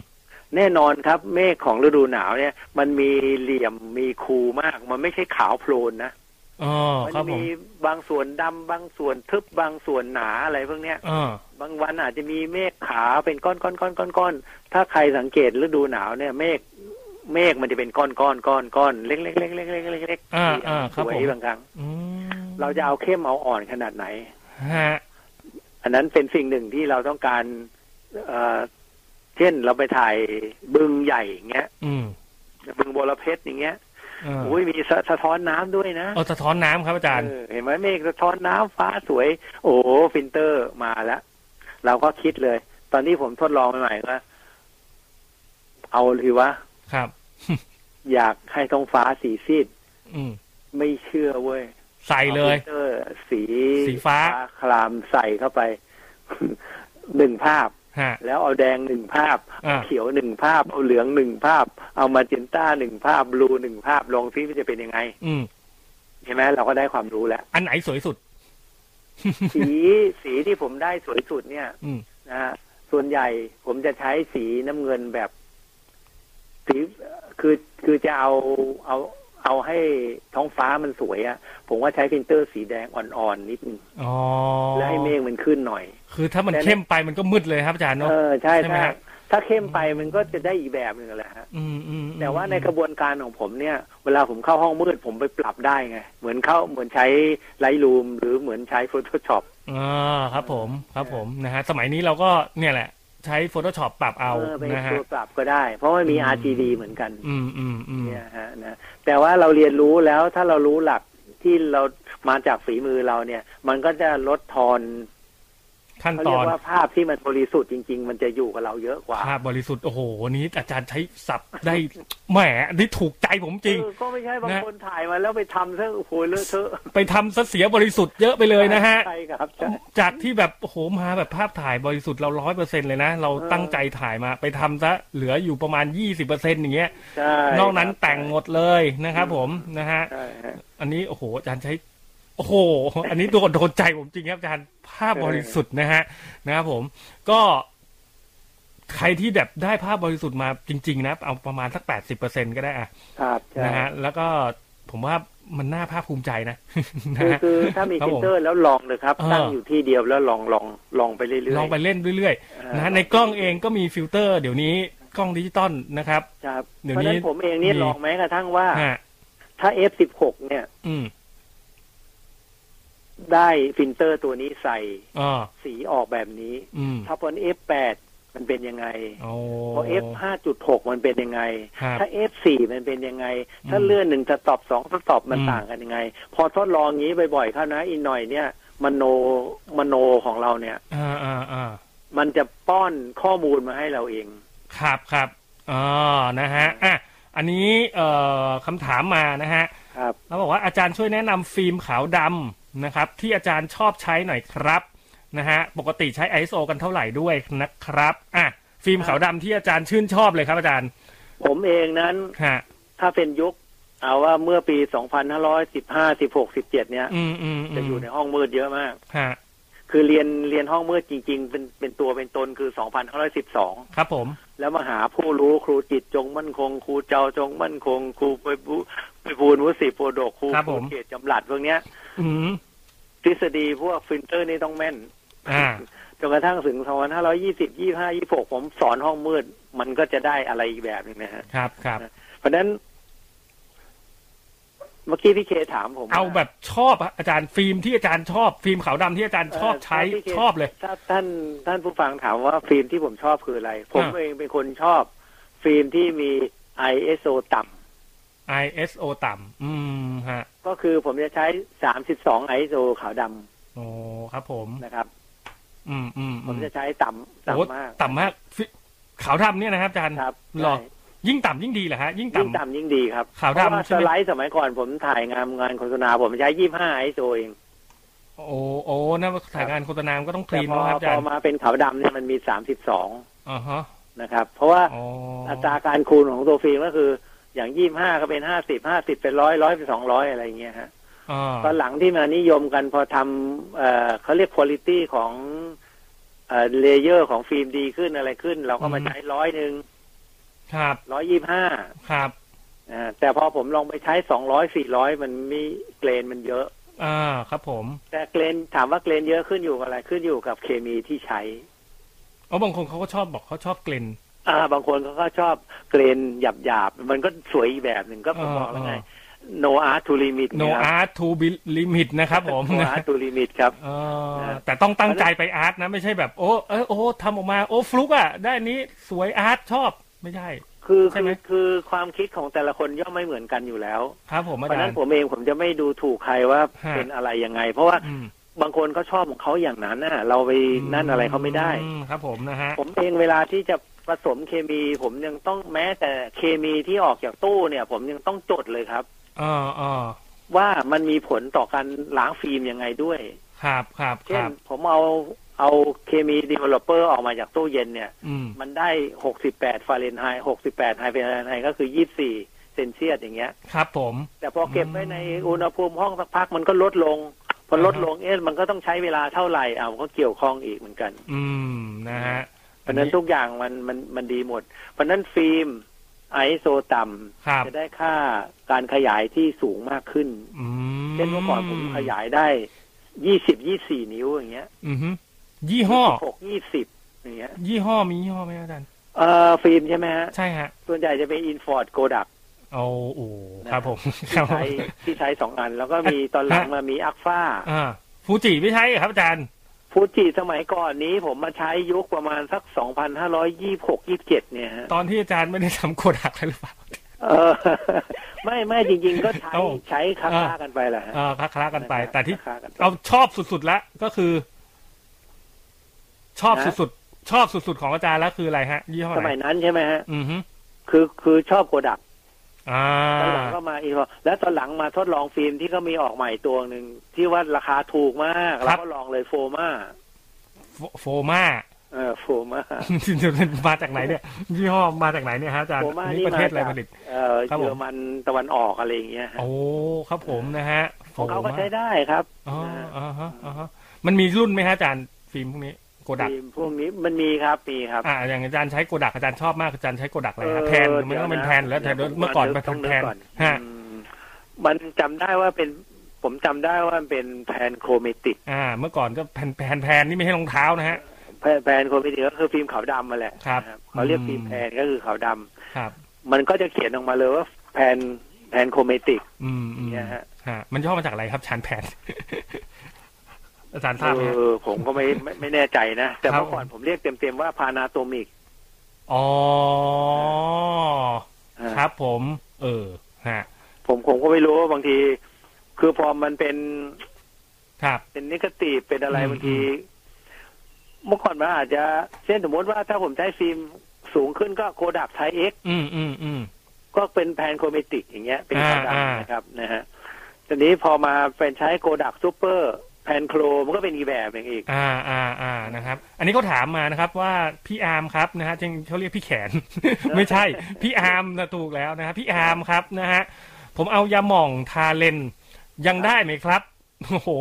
Speaker 4: แน่นอนครับ เมฆของฤดูหนาวเนี่ย มันมีเหลี่ยมมีคูมาก มันไม่ใช่ขาวโพลนนะ
Speaker 3: อ๋อ
Speaker 4: มั
Speaker 3: ครับผม
Speaker 4: มีบางส่วนดำบางส่วนทึบบางส่วนหนาอะไรพวกเนี้ย
Speaker 3: อ๋อบ
Speaker 4: างวันอาจจะมีเมฆขาวเป็นก้อนก้อนก้อนก้อนก้อนถ้าใครสังเกตฤดูหนาวเนี่ยเมฆเมฆมันจะเป็นก้อนก้อนก้อนก้อนเล็กเล็กเล็กเล็กเล็กเล็กเล็ก
Speaker 3: อ่าอ่าค
Speaker 4: ส
Speaker 3: รับ
Speaker 4: วย
Speaker 3: ผม
Speaker 4: บางครั้ง
Speaker 3: อืม
Speaker 4: เราจะเอาเข้มเอาอ่อนขนาดไหน
Speaker 3: ฮะ
Speaker 4: อันนั้นเป็นสิ่งหนึ่งที่เราต้องการเอ่อเช่นเราไปถ่ายบึงใหญ่อย่างเงี้ย
Speaker 3: อืม
Speaker 4: บึงบัวระเพชรอย่างเงี้ย
Speaker 3: อ่า
Speaker 4: อุ้ยมีสะสะท้อนน้ำด้วยนะ
Speaker 3: เออสะท้อนน้ำครับอาจารย์
Speaker 4: เออเห็นไหมเมฆสะท้อนน้ำฟ้าสวย โอ้โหฟิลเตอร์มาแล้ว เราก็คิดเลย ตอนที่ผมทดลองใหม่ๆว่าเอาทีวะ
Speaker 3: ครับ
Speaker 4: อยากให้ท้องฟ้าสีซีด
Speaker 3: อืม
Speaker 4: ไม่เชื่อเว้ย
Speaker 3: ใส่เลย
Speaker 4: อาฟิลเตอร์สี
Speaker 3: สีฟ้า
Speaker 4: คลามใส่เข้าไป หนึ่งภาพ
Speaker 3: ฮะ
Speaker 4: แล้วเอาแดงหนึ่งภาพ
Speaker 3: อ่า
Speaker 4: เอาเขียวหนึ่งภาพ เอาเหลืองหนึ่งภาพ เอามาจินต้าหนึ่งภาพบลูหนึ่งภาพลองซิว่าจะเป็นยังไง
Speaker 3: อืม
Speaker 4: เห็นไหมเราก็ได้ความรู้แล้ว
Speaker 3: อันไหนสวยสุด
Speaker 4: สี สีที่ผมได้สวยสุดเนี่ย
Speaker 3: อืม
Speaker 4: นะฮะส่วนใหญ่ผมจะใช้สีน้ำเงินแบบสีคือคือจะเอาเอาเอาให้ท้องฟ้ามันสวยอะผมว่าใช้ฟิลเตอร์สีแดงอ่อนๆนิดนึง
Speaker 3: อ๋อ
Speaker 4: แล้วให้เมฆมันขึ้นหน่อย
Speaker 3: คือถ้ามันเข้มไปมันก็มืดเลยครับอาจารย์เนาะ
Speaker 4: เออใช่
Speaker 3: ใช่ไหม
Speaker 4: ถ้า
Speaker 3: ฮะ
Speaker 4: ถ้าเข้มไปมันก็จะได้อีกแบบหนึ่งแหละฮะ
Speaker 3: อืมอืมอืม
Speaker 4: แต่ว่าในกระบวนการของผมเนี่ย เวลาผมเข้าห้องมืดผมไปปรับได้ไง เหมือนเข้าเหมือนใช้ไลท์รูมหรือเหมือนใช้ Photoshop
Speaker 3: อ่าครับผมครับผมนะฮะสมัยนี้เราก็เนี่ยแหละ ใช้ Photoshop ปรับเอา
Speaker 4: เป็น
Speaker 3: นะฮะ
Speaker 4: ตัวปรับก็ได้ เพราะว่ามี
Speaker 3: อืม
Speaker 4: RGB เหมือนกัน
Speaker 3: อืมอืมอืม
Speaker 4: เนี่ยฮะนะแต่ว่าเราเรียนรู้แล้วถ้าเรารู้หลักที่เรามาจากฝีมือเราเนี่ย มันก็จะลดทอน
Speaker 3: ขั้น
Speaker 4: เขา
Speaker 3: ต
Speaker 4: เรีย
Speaker 3: อน
Speaker 4: กว่าภาพที่มันบริสุทธิ์จริง ๆ มันจะอยู่กับเราเยอะกว่า
Speaker 3: ภาพบริสุทธิ์โอ้โหวันนี้อาจารย์ใช้ศัพท์ได้ แหมนี่ถูกใจผมจริง
Speaker 4: เออก็ไม่ใช่บาง
Speaker 3: นะ
Speaker 4: คนถ่ายมาแล้วไปทำซะโอ้โหเลอะเทอะ
Speaker 3: ไปทำซะเสียบริสุทธิ์เยอะไปเลยนะฮะ
Speaker 4: ใช่ครับใช่
Speaker 3: จากที่แบบโอ้โหมาแบบภาพถ่ายบริสุทธิ์เราร้อยเปอร์เซ็นเลยนะ เรา
Speaker 4: เออ
Speaker 3: ตั้งใจถ่ายมาไปทำซะเหลืออยู่ประมาณยี่สิบเปอร์เซ็นอย่างเงี้ย
Speaker 4: ใช่
Speaker 3: นอกนั้น
Speaker 4: ครับ
Speaker 3: แต่งหมดเลยนะครับผมนะฮะ
Speaker 4: ใช่ฮะ
Speaker 3: อันนี้โอ้โหอาจารย์ใช้ โอ้โห อันนี้โดนโดนใจผมจริงครับอาจารย์ภาพบริสุทธิ์นะฮะนะครับผม ก็ ใครที่แบบได้ภาพบริสุทธิ์มาจริง ๆ นะ เอาประมาณสักแปดสิบเปอร์เซ็นก็ได้อะ
Speaker 4: ครับใช่
Speaker 3: นะฮะ แล้วก็ผมว่ามันน่าภาคภูมิใจนะ นะ
Speaker 4: คือ
Speaker 3: ฮะ
Speaker 4: คือถ้ามี
Speaker 3: ครับ
Speaker 4: ฟิล
Speaker 3: ผม
Speaker 4: เตอร์แล้วลองเลยครับ
Speaker 3: เออ
Speaker 4: ตั้งอยู่ที่เดียวแล้วลองลองลองไปเรื่อยๆ
Speaker 3: ลองไปเล่นเรื่อยๆนะฮะในกล้องเองก็มีฟิลเตอร์ เดี๋ยวนี้กล้องดิจิตอลนะครับ
Speaker 4: ครับ
Speaker 3: เดี๋ยว
Speaker 4: เพราะฉะ
Speaker 3: นี้
Speaker 4: นั้นผมเองเนี่ย
Speaker 3: มี
Speaker 4: ลองแม้กระทั่งว่า
Speaker 3: ฮะ
Speaker 4: ถ้า F16 เนี่ย
Speaker 3: อืม
Speaker 4: ได้ฟิลเตอร์ตัวนี้ใส่
Speaker 3: อ๋อ
Speaker 4: สีออกแบบนี้
Speaker 3: อืม
Speaker 4: ถ้าบน F8 มันเป็นยังไง
Speaker 3: โอ้
Speaker 4: พอ F5.6 มันเป็นยังไง
Speaker 3: ครับ
Speaker 4: ถ้า F4 มันเป็นยังไง ถ้า
Speaker 3: อืม
Speaker 4: เลื่อนหนึ่งสต็อปสองสต็อปมัน
Speaker 3: อืม
Speaker 4: ต่างกันยังไง พอทดลองอย่างนี้บ่อยๆเข้านะอีกหน่อยเนี่ยมโนมโนของเราเนี่ย
Speaker 3: อ่าอ่าอ่า
Speaker 4: มันจะป้อนข้อมูลมาให้เราเอง
Speaker 3: ครับครับอ๋อนะฮะอ่ะอันนี้เอ่อคำถามมานะฮะ
Speaker 4: ครับ
Speaker 3: เราบอกว่าอาจารย์ช่วยแนะนำฟิล์มขาวดำนะครับ ที่อาจารย์ชอบใช้หน่อยครับนะฮะปกติใช้ ISO กันเท่าไหร่ด้วยนะครับอ่ะฟิล์มขาวดำที่อาจารย์ชื่นชอบเลยครับอาจารย์
Speaker 4: ผมเองนั้น
Speaker 3: ฮะ
Speaker 4: ถ้าเป็นยุค เอาว่าเมื่อปี 2515 16 17 เนี่ย
Speaker 3: อืมอืมอืม
Speaker 4: จะอยู่ในห้องมืดเยอะมาก
Speaker 3: ฮะ
Speaker 4: คือเรียนเรียนห้องมืดจริง ๆ เป็นเป็นตัวเป็นตนคือ 2512
Speaker 3: ครับผม
Speaker 4: แล้วมาหาผู้รู้ครูจิตจงมั่นคง ครูเจ้าจงมั่นคง ครูไปบูไปบูนวุฒิโพดกครูครูเกียรติจำหลัดพวกเนี้ย
Speaker 3: อืม
Speaker 4: ทฤษฎีพวกฟิลเตอร์นี่ต้องแม่น
Speaker 3: อ่า
Speaker 4: จนกระทั่งถึง 2520 25 26 ผมสอนห้องมืด มันก็จะได้อะไรอีกแบบหนึงนะฮะ
Speaker 3: ครับครับ
Speaker 4: เพราะฉะนั้น เมื่อกี้พี่เคถามผม
Speaker 3: เอา
Speaker 4: ว่
Speaker 3: แบบชอบอะอาจารย์ฟิล์มที่อาจารย์ชอบ ฟิล์มขาวดำที่อาจารย์
Speaker 4: เอ่อ
Speaker 3: ชอบใช้
Speaker 4: ถ้าพี่ค
Speaker 3: ชอบเลย
Speaker 4: ถ้าท่านท่านผู้ฟังถามว่าฟิล์มที่ผมชอบคืออะไร ผม
Speaker 3: อ่า
Speaker 4: เองเป็นคนชอบ ฟิล์มที่มี ISO ต่ำ
Speaker 3: ISO ต่ำอืมฮะ
Speaker 4: ก็คือผมจะใช้ 32 ISO ขาวด
Speaker 3: โอ้ครับผม
Speaker 4: ำนะครับ
Speaker 3: อืมอืม
Speaker 4: ผมจะใช้ต่ำ
Speaker 3: โอ้
Speaker 4: ต่ำมาก
Speaker 3: ต่ำมากฟิขาวดำเนี่ยนะครับอาจารย์
Speaker 4: ครับ
Speaker 3: หรอ
Speaker 4: ใช่
Speaker 3: ยิ่งต่ำยิ่งดีเหรอฮะ ยิ่ง
Speaker 4: ยิ่ง
Speaker 3: ต่ำ
Speaker 4: ต่ำยิ่งดีครับ
Speaker 3: ขาว
Speaker 4: เพระ
Speaker 3: ดำ
Speaker 4: ส
Speaker 3: ใช่ไหม
Speaker 4: ไลด์สมัยก่อนผมถ่ายงานงานโฆษณาผมใช้ 25 ISO เอง
Speaker 3: โอ้โอ้นะถ่ายงานโฆษณามันก็ต้องค
Speaker 4: แต่
Speaker 3: ลีน
Speaker 4: พอ
Speaker 3: นะครับอา
Speaker 4: พ
Speaker 3: จาร
Speaker 4: อ
Speaker 3: ย์
Speaker 4: มาเป็นขาวดำเนี่ยมันมี 32
Speaker 3: อ่าฮะ
Speaker 4: นะครับ เพราะว่า
Speaker 3: อ๋อ
Speaker 4: อัตราการคูณของตัวฟิล์มก็คืออย่างยี่ห้าก็เป็นห้าสิบห้าสิบเป็นร้อยร้อยเป็นสองร้อยอะไรอย่างเงี้ยฮะ
Speaker 3: อ่า
Speaker 4: ตอนหลังที่มานิยมกันพอทำเอ่อเขาเรียกคุณ i t y ของเอ่อเลเยอร์ของฟิล์มดีขึ้นอะไรขึ้น เราก็มาใช้ร้อยหนึ่ง
Speaker 3: ครับ
Speaker 4: ร้อยยี่ห้า
Speaker 3: ครับ
Speaker 4: แต่พอผมลองไปใช้สองร้อยสี่ร้อยมันมีเกรนมันเยอะ
Speaker 3: อ่าครับผม
Speaker 4: แต่เกรนถามว่าเกรนเยอะขึ้นอยู่กับอะไรขึ้นอยู่กับเคมีที่ใช้
Speaker 3: อ๋อบางคนเขาก็ชอบบอกเขาชอบกลิ่น
Speaker 4: อ่าบางคนเขาก็ชอบเกรนหยาบๆมันก็สวยอีกแบบหนึ่งก็ผมบอกแล้วไง
Speaker 3: อ่า
Speaker 4: no art to limit
Speaker 3: no
Speaker 4: นะครับ
Speaker 3: art to be limit นะครับผม
Speaker 4: ตัวอาร์ตตูลิมิตครับ
Speaker 3: เออ
Speaker 4: นะ
Speaker 3: แต่ต้องตั้งใจไปอาร์ตนะ ไม่ใช่แบบโอ้เออโอ้ทำออกมาโอ้ฟลุกอ่ะ ได้อันนี้สวยอาร์ตชอบไม่ใช่
Speaker 4: คือ
Speaker 3: ใช่
Speaker 4: คื
Speaker 3: ไหม
Speaker 4: อคือความคิดของแต่ละคนย่อมไม่เหมือนกันอยู่แล้ว
Speaker 3: ครับผม
Speaker 4: เพ
Speaker 3: อา
Speaker 4: ราะฉะ
Speaker 3: จา
Speaker 4: นั้
Speaker 3: ร
Speaker 4: น
Speaker 3: ย์
Speaker 4: ผมเองผมจะไม่ดูถูกใครว่า
Speaker 3: ฮะ
Speaker 4: เป็นอะไรยังไง เพราะว่า
Speaker 3: อืม
Speaker 4: บางคนเขาชอบของเขาอย่างนั้นน่ะ เราไปนั่นอะไรเขาไม่ได้
Speaker 3: อืมครับผมนะฮะ
Speaker 4: ผมเองเวลาที่จะผสมเคมี ผมยังต้องแม้แต่เคมีที่ออกจากตู้เนี่ย ผมยังต้องจดเลยครับ
Speaker 3: เออเออ
Speaker 4: ว่ามันมีผลต่อการล้างฟิล์มยังไงด้วย
Speaker 3: ครับครับค
Speaker 4: เช่น
Speaker 3: รับ
Speaker 4: ผมเอาเอาเคมีดีเวลลอปเปอร์ออกมาจากตู้เย็นเนี่ย
Speaker 3: อืม
Speaker 4: มันได้ 68 ฟาเรนไฮต์68 ไฮเฟาเรนไฮต์ก็คือ 24 เซนเซียสอย่างเงี้ย
Speaker 3: ครับผม
Speaker 4: แต่พอเก็บไว้ในอุณหภูมิห้องสักพักมันก็ลดลง พอลดลงเอ๊ะมันก็ต้องใช้เวลาเท่าไหร่เอาวก็เกี่ยวข้องอีกเหมือนกัน
Speaker 3: อืมนะฮะ
Speaker 4: เพราะฉะนั้นทุกอย่างมันมันมันดีหมด เพราะฉะนั้นฟิล์มไอโซต่
Speaker 3: ครับ
Speaker 4: ำจะได้ค่าการขยายที่สูงมากขึ้น
Speaker 3: อืม
Speaker 4: เช่นเมื่อก่อนผมขยายได้ 20 24 นิ้วอย่างเงี้ย
Speaker 3: อือฮึยี่ห้อ
Speaker 4: 6 20อย่างเงี้ย
Speaker 3: ยี่ห้อมียี่ห้อไหมอาจารย์
Speaker 4: เอ่อฟิล์มใช่ไหมฮะ
Speaker 3: ใช่ฮะ
Speaker 4: ส่วนใหญ่จะเป็นอินฟอร์ดโกดั
Speaker 3: เอาโอ้ครับผมครั
Speaker 4: ที่
Speaker 3: บผ
Speaker 4: ใช้
Speaker 3: ม
Speaker 4: ที่ใช้สองอัน แล้วก็มีตอนหลัง
Speaker 3: ฮะ
Speaker 4: มามีอักฟ้า
Speaker 3: อ่าฟูจิไม่ใช่เหรอครับอาจารย์
Speaker 4: ฟูจิสมัยก่อนนี้ผมมาใช้ยุคประมาณสัก 2,526 27 เนี่ยฮะ
Speaker 3: ตอนที่อาจารย์ไม่ได้ทำโคดักเลยหรือเปล่า
Speaker 4: เออ ไม่ไม่จริง ๆ ก็ใช้
Speaker 3: เอ้า
Speaker 4: ใช้คัก
Speaker 3: อ่า
Speaker 4: ค่ากันไปแหละฮะ
Speaker 3: เออคละๆกันไป แต่ที่
Speaker 4: ค้ากันไป
Speaker 3: เอาชอบสุดๆแล้วก็คือ ชอบสุดๆชอบสุดๆของอาจารย์แล้วคืออะไรฮะ ยี่ห้อ
Speaker 4: ส
Speaker 3: ไหน
Speaker 4: มัยนั้นใช่ไหมฮะ
Speaker 3: อือฮึ
Speaker 4: คือคือชอบโกดัก
Speaker 3: อ่า
Speaker 4: ตอนหลังก็มาอีกแล้วตอนหลังมาทดลองฟิล์มที่ก็มีออกใหม่ตัวหนึ่งที่ว่าราคาถูกมากเราก็ลองเลยโฟมา
Speaker 3: โฟโฟมา
Speaker 4: เออโฟมา
Speaker 3: มาจากไหนเนี่ย ยี่ห้อมาจากไหนเนี่ยฮะอาจารย์
Speaker 4: โฟมา
Speaker 3: อันนี่
Speaker 4: นี่
Speaker 3: ประ
Speaker 4: มา
Speaker 3: เทศอะไร
Speaker 4: จาก
Speaker 3: ผลิต
Speaker 4: เอ่อ
Speaker 3: ครับผม
Speaker 4: เยอรมันตะวันออกอะไรอย่างเงี้ยฮะ
Speaker 3: โอ้ครับผมนะฮะโฟ
Speaker 4: ของเขาก็
Speaker 3: มา
Speaker 4: ใช้ได้ครับ
Speaker 3: อ๋ออ่าฮะอ่าฮะมันมีรุ่นไหมฮะอาจารย์ฟิล์มพวกนี้โกดัก
Speaker 4: ทีมพวกนี้มันมีครับมีครับ
Speaker 3: อ่าอย่างอาจารย์ใช้โกดักอาจารย์ชอบมากอาจารย์ใช้โกดักอะไร
Speaker 4: เอ่
Speaker 3: ฮะ
Speaker 4: อ
Speaker 3: แทนหรือมันต้องเป็นแทนแล้วแต่
Speaker 4: ดี๋ยะ
Speaker 3: เมื่อก่อนมัน
Speaker 4: ต้อง
Speaker 3: ทำแทน
Speaker 4: ก่อ
Speaker 3: ฮะ
Speaker 4: อืมมันจำได้ว่าเป็น ผมจำได้ว่ามันเป็นแพนโครเมติก
Speaker 3: อ่า เมื่อก่อนก็แผ่นแผ่นแผ่นนี่ไม่ใช่รองเท้านะฮะ
Speaker 4: แพนแพนโครเมติกก็คือฟิล์มขาวดำมาแหละ
Speaker 3: ครับ
Speaker 4: นะเขาเรียก
Speaker 3: อืม
Speaker 4: ฟิล์มแพนก็คือขาวดำ
Speaker 3: ครับ
Speaker 4: มันก็จะเขียนออกมาเลยว่าแพนแพนโครเมติก
Speaker 3: อืมอืม
Speaker 4: เนี่ยฮะ
Speaker 3: ฮะมันย่อมาจากอะไรครับชานแผน อาจารย์ท
Speaker 4: เอ
Speaker 3: ราบไหมฮะ
Speaker 4: อผมก็ไม่ไม่ไม่แน่ใจนะ แต่
Speaker 3: ครับ
Speaker 4: เมื่อก่อนผมเรียกเต็มๆว่าพานาโตมิก
Speaker 3: อ๋อ
Speaker 4: อ่า
Speaker 3: ครับผม เออ ฮะ
Speaker 4: ผมผมก็ไม่รู้ว่าบางที คือพอมันเป็น
Speaker 3: ครับ
Speaker 4: เป็นนิกติเป็นอะไร
Speaker 3: อืม
Speaker 4: บางที
Speaker 3: อื
Speaker 4: เมื่อก่อนมันอาจจะ เช่นสมมติว่าถ้าผมใช้ฟิล์มสูงขึ้นก็โกดักไทเอ็ก
Speaker 3: อืมอืมอืม
Speaker 4: ก็เป็นแพนโครเมติกอย่างเงี้ย เป็น
Speaker 3: อ่า
Speaker 4: ขาวด
Speaker 3: อ่า
Speaker 4: ำนะครับนะฮะทีนี้พอมาเป็นใช้โกดักซูเปอร์แพนโครมันก็เป็นอีกแบบหนึ่งอีก
Speaker 3: อ่าอ่าอ่านะครับ อันนี้เขาถามมานะครับ ว่าพี่อาร์มครับนะฮะ จริงเขาเรียกพี่แขน ไม่ใช่ พี่อาร์มนะถูกแล้วนะฮะพี่อาร์มครับนะฮะ ผมเอายาหม่องทาเลนยังได้ไหมครับ โอ้โห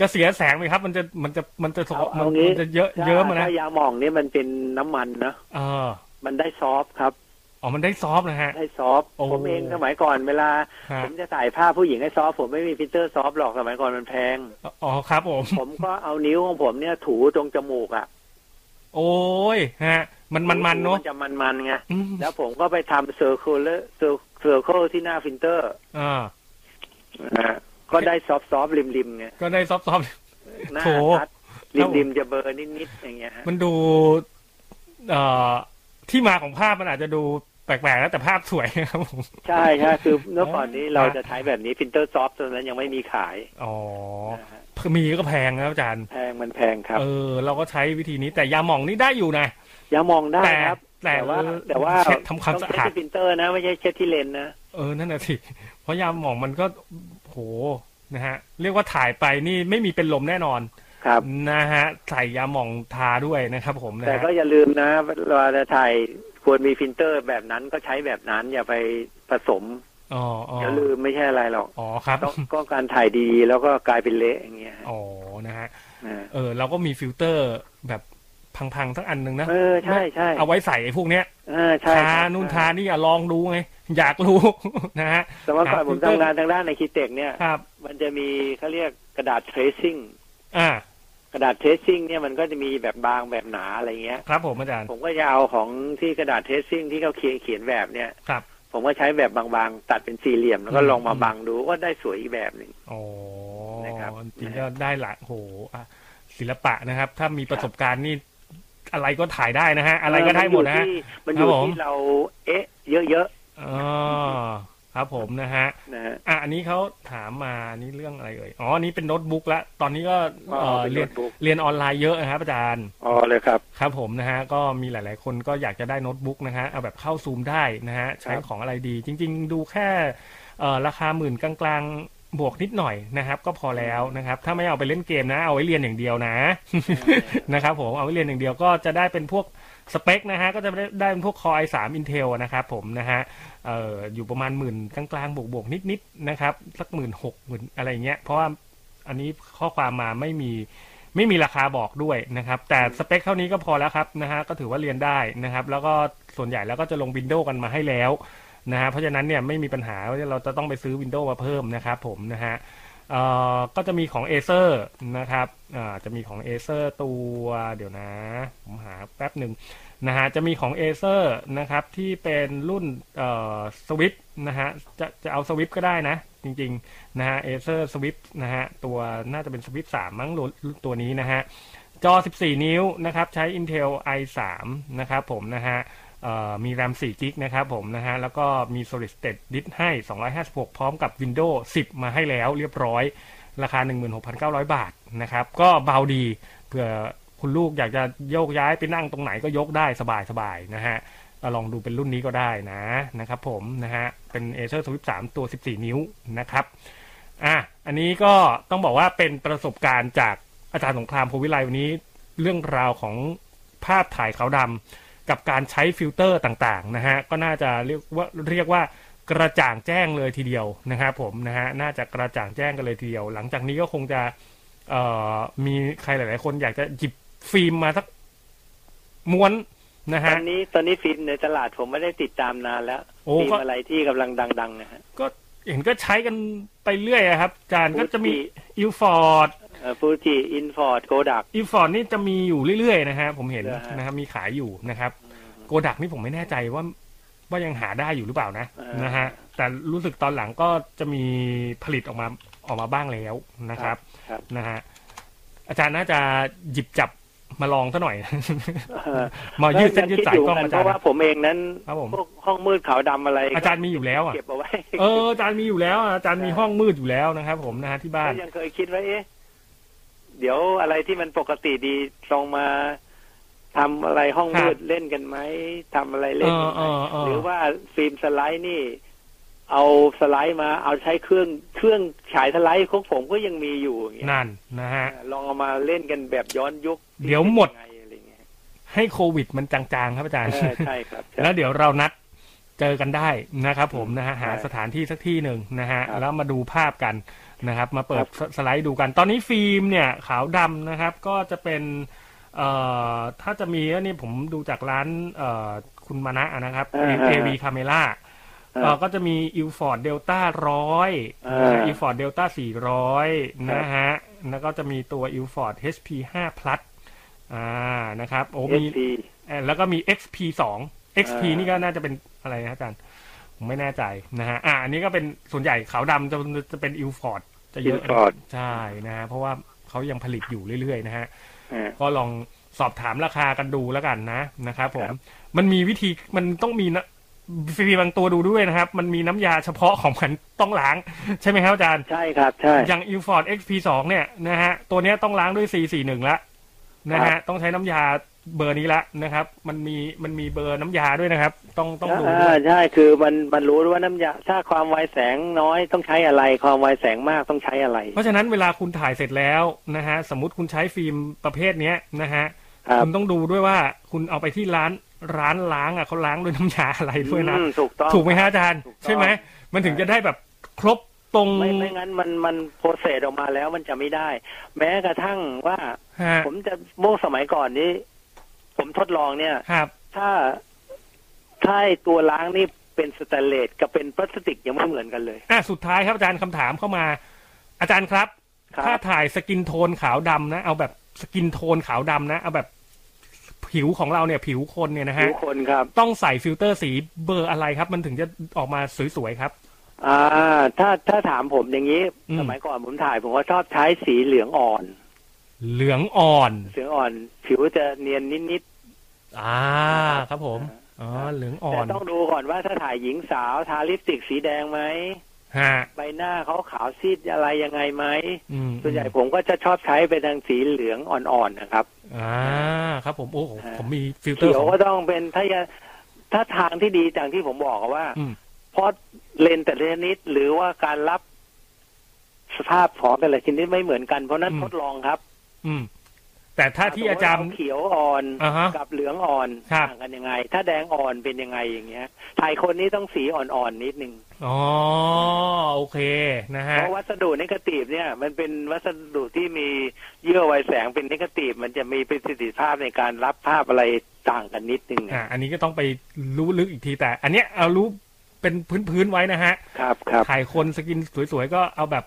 Speaker 3: จะเสียแสงไหมครับ มันจะมันจะมันจะสก
Speaker 4: เอา
Speaker 3: ปรก
Speaker 4: เอา
Speaker 3: มั
Speaker 4: งี้
Speaker 3: นจะเยอะเยอะมานะ
Speaker 4: ถ้ายาหม่องเนี่ยมันเป็นน้ำมันนะ
Speaker 3: เออ
Speaker 4: มันได้ซอฟต์ครับ
Speaker 3: อ๋อมันได้ซอฟต์นะฮะ
Speaker 4: ให้ซอฟต์
Speaker 3: โอ้
Speaker 4: ผมเองสมัยก่อนเวลา
Speaker 3: ฮะ
Speaker 4: ผมจะถ่ายภาพผู้หญิงให้ซอฟต์ผมไม่มีพิลเตอร์ซอฟต์หรอกสมัยก่อนมันแพง
Speaker 3: อ๋อครับผม
Speaker 4: ผมก็เอานิ้วของผมเนี่ยถูตรงจมูกอ่ะ
Speaker 3: โอ้ยฮะ มันมันมันเนาะ
Speaker 4: มันจะมันมันๆไง
Speaker 3: อืม
Speaker 4: แล้วผมก็ไปทำเซอร์เคิลเลอร์เซอร์เคิลที่หน้าฟิลเตอร์
Speaker 3: อ่า
Speaker 4: นะฮะก็ได้ซอฟต์ซอฟต์ริมริมๆไง
Speaker 3: ก็ได้ซอฟต์ซอฟต์
Speaker 4: หน้า
Speaker 3: โถ
Speaker 4: ชัดริมริมๆจะเบลอร์นิดนิดๆอย่างเงี้ยฮะ
Speaker 3: มันดูเอ่อที่มาของภาพมันอาจจะดูแปลกๆแล้วแต่ภาพสวยนะครับผม
Speaker 4: ใช่ใช่คือเมื่อก่อนนี้เรา
Speaker 3: ฮะ
Speaker 4: จะใช้แบบนี้ฟิลเตอร์ซอฟต์ตอนนั้นยังไม่มีขาย
Speaker 3: อ๋อ
Speaker 4: นะฮะ
Speaker 3: มีก็แพงนะครับอาจารย์
Speaker 4: แพงมันแพงครับ
Speaker 3: เออ เราก็ใช้วิธีนี้แต่ยาหม่องนี่ได้อยู่นะ
Speaker 4: อย่ามองได้ครับ
Speaker 3: แต่
Speaker 4: แต่ว่า
Speaker 3: แต่
Speaker 4: แต่ว่า
Speaker 3: เช็ดทำความสะ
Speaker 4: ต้
Speaker 3: อาด
Speaker 4: องเช็ดที่ฟิลเตอร์นะ ไม่ใช่เช็ดที่เลนส์นะ
Speaker 3: เออนั่นน่ะสิเพราะยาหม่องมันก็โหนะฮะ เรียกว่าถ่ายไปนี่ไม่มีเป็นลมแน่นอน
Speaker 4: ครับ
Speaker 3: นะฮะใส่ยาหม่องทาด้วยนะครับ ผมนะ
Speaker 4: แต่
Speaker 3: ฮะ
Speaker 4: ก็อย่าลืมนะเวลาจะถ่ายควรมีฟิลเตอร์แบบนั้นก็ใช้แบบนั้น อย่าไปผสม
Speaker 3: อ๋ออ๋อ
Speaker 4: อย่าลืมไม่ใช่อะไรหรอก
Speaker 3: อ๋อครับ
Speaker 4: ต้องก็การถ่ายดีแล้วก็กลายเป็นเละอย่างเงี้ย
Speaker 3: อ๋อนะฮะ
Speaker 4: นะ
Speaker 3: เออเราก็มีฟิลเตอร์แบบพังๆทั้งอันหนึ่งนะ
Speaker 4: เออ ใช่ใช่
Speaker 3: เอาไว้ใส่ไอ้พวกเนี้ย
Speaker 4: เออใช่
Speaker 3: ทา
Speaker 4: ครับ
Speaker 3: นู่นทานี่อย่าลองดูไง อยากรู้ นะฮะ
Speaker 4: แต่ว่าก่อนผม
Speaker 3: ครับ
Speaker 4: ทำงานทางด้านในคิเต็กเนี่ย
Speaker 3: ครับ
Speaker 4: มันจะมีเขาเรียกกระดาษเทรซิ่ง
Speaker 3: อ่าก
Speaker 4: ระดาษเทรซิ่งเนี่ยมันก็จะมีแบบบางแบบหนาอะไรเงี้ย
Speaker 3: ครับผมอาจารย์
Speaker 4: ผมก็จะเอาของที่กระดาษเทสซิ่งที่เขาเขียนเขียนแบบเนี่ย
Speaker 3: ครับ
Speaker 4: ผมก็ใช้แบบบางๆ ตัดเป็นสี่เหลี่ยมแล้วก็
Speaker 3: อืม
Speaker 4: ลองมาบังดูว่าได้สวยอีกแบบหนึ่ง
Speaker 3: โอ้
Speaker 4: นะครับ
Speaker 3: จริงก็ได้หละโหอ่ะศิลปะนะครับ ถ้ามีประสบการณ์นี่อะไรก็ถ่ายได้นะฮะ อะไรก็ได้หมดนะฮะ
Speaker 4: มันอยู่
Speaker 3: ครับผม
Speaker 4: ที่เราเอ๊ะ เยอะ
Speaker 3: อ๋อครับผมนะฮะ
Speaker 4: ๆนะฮะ
Speaker 3: อ่ะอันนี้เขาถามมานี่เรื่องอะไรเอ่ย อ๋ออันนี้เป็นโน้ตบุ๊กละ ตอนนี้ก็
Speaker 4: อ๋อ
Speaker 3: เอ่อ
Speaker 4: เป็น
Speaker 3: เรียน
Speaker 4: โน้ตบุ๊ก
Speaker 3: เรียนออนไลน์เยอะนะครับอาจารย์
Speaker 4: อ๋อเลยครับ
Speaker 3: ครับผมนะฮะก็มีหลาย ๆ คนก็อยากจะได้โน้ตบุ๊กนะฮะเอาแบบเข้าซูมได้นะฮะใช้ของอะไรดี จริง ๆ ดูแค่เอ่อราคาหมื่นกลางๆบวกนิดหน่อยนะครับ ก็พอแล้วนะครับ ถ้าไม่เอาไปเล่นเกมนะ เอาไว้เรียนอย่างเดียวนะ นะครับผมเอาไว้เรียนอย่างเดียวก็จะได้เป็นพวกสเปคนะฮะก็จะได้ได้เป็นพวก Core i3 Intel นะครับผมนะฮะเอ่ออยู่ประมาณหมื่นกลางๆบวกๆนิดๆนะครับสักหมื่นหกหมื่นอะไรอย่างเงี้ยเพราะว่าอันนี้ข้อความมาไม่มี ไม่มีราคาบอกด้วยนะครับ แต่สเปคเท่านี้ก็พอแล้วครับนะฮะก็ถือว่าเรียนได้นะครับ แล้วก็ส่วนใหญ่แล้วก็จะลงวินโดว์กันมาให้แล้วนะฮะเพราะฉะนั้นเนี่ยไม่มีปัญหาว่าเราจะต้องไปซื้อวินโดว์มาเพิ่มนะครับผมนะฮะเอ่อก็จะมีของ a อเซอร์นะครับอ่าจะมีของ a อเซอร์ตัวเดี๋ยวนะ ผมหาแป๊บหนึ่งนะฮะจะมีของ a อเซอร์นะครับที่เป็นรุ่นเอ่อสวิปนะฮะจะจะเอาสวิปก็ได้นะ จริง ๆ นะฮะ Acer Swift นะฮะ ตัวน่าจะเป็น Swift 3 มั้งรุ่นตัวนี้นะฮะ จอ 14 นิ้วนะครับ ใช้ Intel i3 นะครับผมนะฮะเอ่อมี RAM 4 g b นะครับผมนะฮะ แล้วก็มี Solid State Disk ให้ 256 พร้อมกับ Windows 10 มาให้แล้วเรียบร้อย ราคา 16,900 บาทนะครับ ก็เบาดีเผื่อคุณลูกอยากจะโยกย้ายไปนั่งตรงไหนก็ยกได้สบายสบายๆนะฮะก็ลองดูเป็นรุ่นนี้ก็ได้นะนะครับผมนะฮะ เป็น Acer Swift 3 ตัว 14 นิ้วนะครับ อ่ะ อันนี้ก็ต้องบอกว่าเป็นประสบการณ์จากอาจารย์สงครามโพวิไลวันนี้ เรื่องราวของภาพถ่ายขาวดำกับการใช้ฟิลเตอร์ต่างๆนะฮะ ก็น่าจะเรียกว่าเรียกว่ากระจ่างแจ้งเลยทีเดียวนะครับผมนะฮะ น่าจะกระจ่างแจ้งกันเลยทีเดียว หลังจากนี้ก็คงจะเอ่อมีใครหลาย ๆ คนอยากจะหยิบฟิล์มมาสักม้วนนะ
Speaker 4: ต
Speaker 3: ฮะ
Speaker 4: อนนี้ตอนนี้ฟิล์มในตลาดผมไม่ได้ติดตามนานแล้ว
Speaker 3: โอ้
Speaker 4: ฟิล์
Speaker 3: ก็
Speaker 4: มอะไรที่กำลังดังๆนะฮะ
Speaker 3: ก็เห็นก็ใช้กันไปเรื่อยอะครับอาจารย์ก็จะมี
Speaker 4: ฟูจิ
Speaker 3: อิลฟอร์ด
Speaker 4: ฟูจิอินฟอร์ดโกดัก
Speaker 3: อีฟอร์ดนี่จะมีอยู่เรื่อยๆนะฮะผมเห็น
Speaker 4: เหรอฮะ
Speaker 3: นะครับมีขายอยู่นะครับโกดักนี่ผมไม่แน่ใจว่าว่ายังหาได้อยู่หรือเปล่านะนะฮะแต่รู้สึกตอนหลังก็จะมีผลิตออกมาออกมาบ้างแล้วนะครับ
Speaker 4: ครับ
Speaker 3: นะฮะอาจารย์น่าจะหยิบจับมาลองซะ หน่อย
Speaker 4: เออ
Speaker 3: มายืดเส้นยืดสาย
Speaker 4: คิ
Speaker 3: กล้อง
Speaker 4: เหมื
Speaker 3: อา
Speaker 4: กั
Speaker 3: จา
Speaker 4: เพ
Speaker 3: รย์
Speaker 4: ราะว่าผมเองนั้น
Speaker 3: ครับผม
Speaker 4: พวกห้องมืดขาวดำอะไร
Speaker 3: อาจารย์มีอยู่แล้วอ่ะ
Speaker 4: เก็บเอาไว้
Speaker 3: เอออาจารย์มีอยู่แล้วอะอาจารย์มีห้องมืดอยู่แล้วนะครับ ผมนะฮะที่บ้าน
Speaker 4: ก็ยังเคยคิดว่าเอ๊ะเดี๋ยวอะไรที่มันปกติดีลองมาทำอะไรห้องมืดเล่นกันไหมทำอะไรเล่นกันไหม
Speaker 3: เออเออเออ
Speaker 4: หรือว่าฟิล์มสไลด์นี่ เอาสไลด์มาเอาใช้เครื่องเครื่องฉายสไลด์ของผมก็ยังมีอยู่อย่างเงี้ย
Speaker 3: นั่นนะฮะ
Speaker 4: ลองเอามาเล่นกันแบบย้อนยุค
Speaker 3: เดี๋ยวหมด
Speaker 4: ป็นยังไงอะไรเงี้ย
Speaker 3: ให้โควิดมันจางๆ ครับอาจารย์
Speaker 4: เออใช่ครับใช่
Speaker 3: แล้วเดี๋ยวเรานัด เจอกันได้นะครับผมนะฮะหา
Speaker 4: ใช่
Speaker 3: สถานที่สักที่หนึ่งนะ
Speaker 4: ค
Speaker 3: ฮะ
Speaker 4: รับ
Speaker 3: แล้วมาดูภาพกันนะครับ มาเปิด
Speaker 4: ครับ
Speaker 3: สสไลด์ดูกัน ตอนนี้ฟิล์มเนี่ยขาวดำนะครับ ก็จะเป็นเอ่อถ้าจะมีก็นี่ผมดูจากร้านเอ่อคุณมานะนะครับ AV Camera
Speaker 4: เออ
Speaker 3: เอ่อก็จะมีอิลฟอร์ดเดลต้าร้อย
Speaker 4: เออ
Speaker 3: อิลฟอร์ดเดลต้าสี่ร้อย
Speaker 4: ครับ
Speaker 3: นะฮะ แล้วก็จะมีตัวอิลฟอร์ด HP 5 plus อ่านะครับโอ้มี
Speaker 4: SP
Speaker 3: เอ่อแล้วก็มี XP 2 XP
Speaker 4: เออ
Speaker 3: นี่ก็น่าจะเป็นอะไรนะอาจารย์ ผมไม่แน่ใจนะฮะ อ่าอันนี้ก็เป็นส่วนใหญ่ขาวดำจะจะเป็นอิลฟอร์ดจะเยอะ
Speaker 4: Ilford
Speaker 3: ใช่นะฮะ เพราะว่าเขายังผลิตอยู่เรื่อยๆนะฮะ
Speaker 4: อ่า
Speaker 3: ก็ลองสอบถามราคากันดูแล้วกันนะนะครับผ
Speaker 4: ค
Speaker 3: ม
Speaker 4: รับ
Speaker 3: มันมีวิธีมันต้องมีนะฟีบางตัวดูด้วยนะครับ มันมีน้ำยาเฉพาะของมันต้องล้าง ใช่ไหมครับอาจารย์
Speaker 4: ใช่ครับใช่
Speaker 3: อย่าง u f o r d XP2 เนี่ยนะฮะตัวเนี้ยต้องล้างด้วย C41 ละนะ
Speaker 4: ครั
Speaker 3: ฮะ
Speaker 4: บ
Speaker 3: ต้องใช้น้ำยาเบอร์นี้ละนะครับ มันมีมันมีเบอร์น้ำยาด้วยนะครับ ต้องต้องดูด้
Speaker 4: อ่า
Speaker 3: วย
Speaker 4: ใช่คือมันมันรู้ว่าน้ำยาถ้าความไวแสงน้อยต้องใช้อะไร ความไวแสงมากต้องใช้อะไร
Speaker 3: เพราะฉะนั้นเวลาคุณถ่ายเสร็จแล้วนะฮะสมมติคุณใช้ฟิล์มประเภทเนี้ยนะฮะ
Speaker 4: ครับ
Speaker 3: ณต้องดูด้วยว่าคุณเอาไปที่ร้านร้านล้างอ่ะเขาล้างด้วยน้ำยาอะไรด้วยนะ
Speaker 4: อืมถูกต้อง
Speaker 3: ถูกไหมฮะอาจารย์
Speaker 4: ถูกต้อง
Speaker 3: ใช่ไหมมันถึงจะได้แบบครบตรง
Speaker 4: ไม่ไม่งั้นมันมันโปรเซสออกมาแล้วมันจะไม่ได้ แม้กระทั่งว่า
Speaker 3: ฮะ
Speaker 4: ผมจะเมื่อสมัยก่อนนี้ ผมทดลองเนี่ย
Speaker 3: ครับ
Speaker 4: ถ้าถ้าไอ้ตัวล้างนี่เป็นสแตนเลสกับเป็นพลาสติกยังไม่เหมือนกันเลย
Speaker 3: อ่ะสุดท้ายครับอาจารย์คำถามเข้ามา อาจารย์ครับ
Speaker 4: ครั
Speaker 3: ถ้า
Speaker 4: บ
Speaker 3: ถ่ายสกินโทนขาวดำนะ เอาแบบสกินโทนขาวดำนะ เอาแบบผิวของเราเนี่ย ผิวคนเนี่ยนะฮะ
Speaker 4: ทุกคนครับ
Speaker 3: ต้องใส่ฟิลเตอร์สีเบอร์อะไรครับ มันถึงจะออกมาสวยๆครับ
Speaker 4: อ่า ถ้าถ้าถามผมอย่างนี้
Speaker 3: อืม
Speaker 4: สมัยก่อนผมถ่าย ผมก็ชอบใช้สีเหลืองอ่อน
Speaker 3: เหลืองอ่อน
Speaker 4: เหลืองอ่อน ผิวจะเนียนนิด
Speaker 3: อ่าครับผม อ๋อ เหลือง
Speaker 4: ๆ
Speaker 3: อ่อ
Speaker 4: แต่
Speaker 3: น
Speaker 4: ต้องดูก่อนว่าถ้าถ่ายหญิงสาวทาลิปสติกสีแดงไหม
Speaker 3: ฮะ
Speaker 4: ใบหน้าเขาขาวซีดอะไรยังไงไหม
Speaker 3: อืม
Speaker 4: ส่วนใหญ่ผมก็จะชอบใช้เป็นทางสีเหลืองอ่อนๆนะครับ
Speaker 3: อ่าครับผมโอ้โห
Speaker 4: อ่า
Speaker 3: ผมมีฟิลเตอ
Speaker 4: เขี
Speaker 3: ร์
Speaker 4: ย
Speaker 3: ข
Speaker 4: ว
Speaker 3: อง
Speaker 4: ก็ต้องเป็นถ้าจะถ้าทางที่ดีอย่างที่ผมบอกอะว่า
Speaker 3: อืม
Speaker 4: เพราะเลนส์แต่ละชนิดหรือว่าการรับสภาพของแต่ละชนิดไม่เหมือนกันเพราะฉะนั้นทดลองครับ
Speaker 3: อืมแต่ถ้าที่อาจารย์
Speaker 4: สมมุเเเขียวอ่อน
Speaker 3: อ่าฮะ
Speaker 4: กับเหลืองอ่อน
Speaker 3: ครับ
Speaker 4: ต่างกันยังไง ถ้าแดงอ่อนเป็นยังไงอย่างเงี้ยถ่ายคนนี้ต้องสีอ่อนๆนิดนึง
Speaker 3: อ๋อโอเคนะฮะ
Speaker 4: เพราะวัสดุเนกาตีฟเนี่ย มันเป็นวัสดุที่มีเยื่อไวแสงเป็นเนกาตีฟมันจะมีประสิทธิภาพในการรับภาพอะไรต่างกันนิดนึง
Speaker 3: อ่า
Speaker 4: นะ
Speaker 3: อันนี้ก็ต้องไปรู้ลึกอีกทีแต่ อันเนี้ยเอารู้เป็นพื้นๆไว้นะฮะ
Speaker 4: ครับครับ
Speaker 3: ถ่ายคนสกินสวยๆ ก็เอาแบบ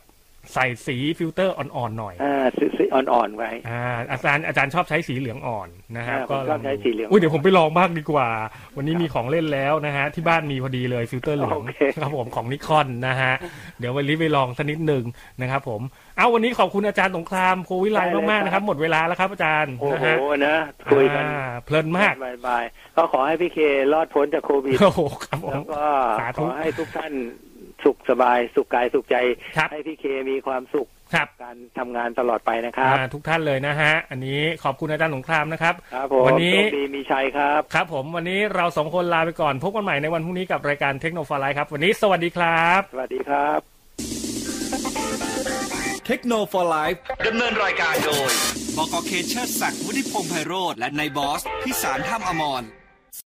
Speaker 3: ใส่สีฟิลเตอร์อ่อนๆหน่อย
Speaker 4: อ่าซื้อซื้ออ่อนๆไว้
Speaker 3: อ่าอาจารย์อาจารย์ชอบใช้สีเหลืองอ่อนนะครับ
Speaker 4: อ่าผม
Speaker 3: ก็
Speaker 4: ชอบใช้สีเหลือง
Speaker 3: อุ้ยเดี๋ยวผมไปลองบ้างดีกว่า วันนี้มีของเล่นแล้วนะฮะที่บ้านมีพอดีเลยฟิลเตอร์เหลือง
Speaker 4: โอเค
Speaker 3: ครับผมของนิคอนนะฮะเดี๋ยววันนี้ไปลองสักนิดหนึ่งนะครับผมเอาวันนี้ขอบคุณอาจารย์สงครามโควิไลมากๆนะครับ หมดเวลาแล้วครับอาจารย์
Speaker 4: โอ้
Speaker 3: นะ
Speaker 4: โห
Speaker 3: ฮะ
Speaker 4: นะคุยกัน
Speaker 3: อ่าเพลินมาก
Speaker 4: บายๆก็ขอให้พี่เครอดพ้นจากโควิด
Speaker 3: โอ้โหครับผม
Speaker 4: แล้วก็
Speaker 3: สาธุ
Speaker 4: ขอให้ทุกท่านสุขสบายสุขกายสุขใจ
Speaker 3: ครับ
Speaker 4: ให้พี่เคมีความสุข
Speaker 3: ครับ
Speaker 4: การทำงานตลอดไปนะครับ
Speaker 3: อ่าทุกท่านเลยนะฮะ อันนี้ขอบคุณอาจารย์สงครามนะครับ
Speaker 4: ครับผม
Speaker 3: วันี้
Speaker 4: โชคดีมีชัยครับ
Speaker 3: ครับผมวันนี้เราสองคนลาไปก่อน พบกันใหม่ในวันพรุ่งนี้กับรายการเทคโนโลยีครับ วันนี้สวัสดีครับ
Speaker 4: สวัสดีครับ
Speaker 1: เทคโนโลยี
Speaker 2: ดำเนินรายการโดย
Speaker 1: บกเคเชอร์ศักดิ์วุฒิพงษ์ไพโรธและนายบอสพิสารท่ามอมร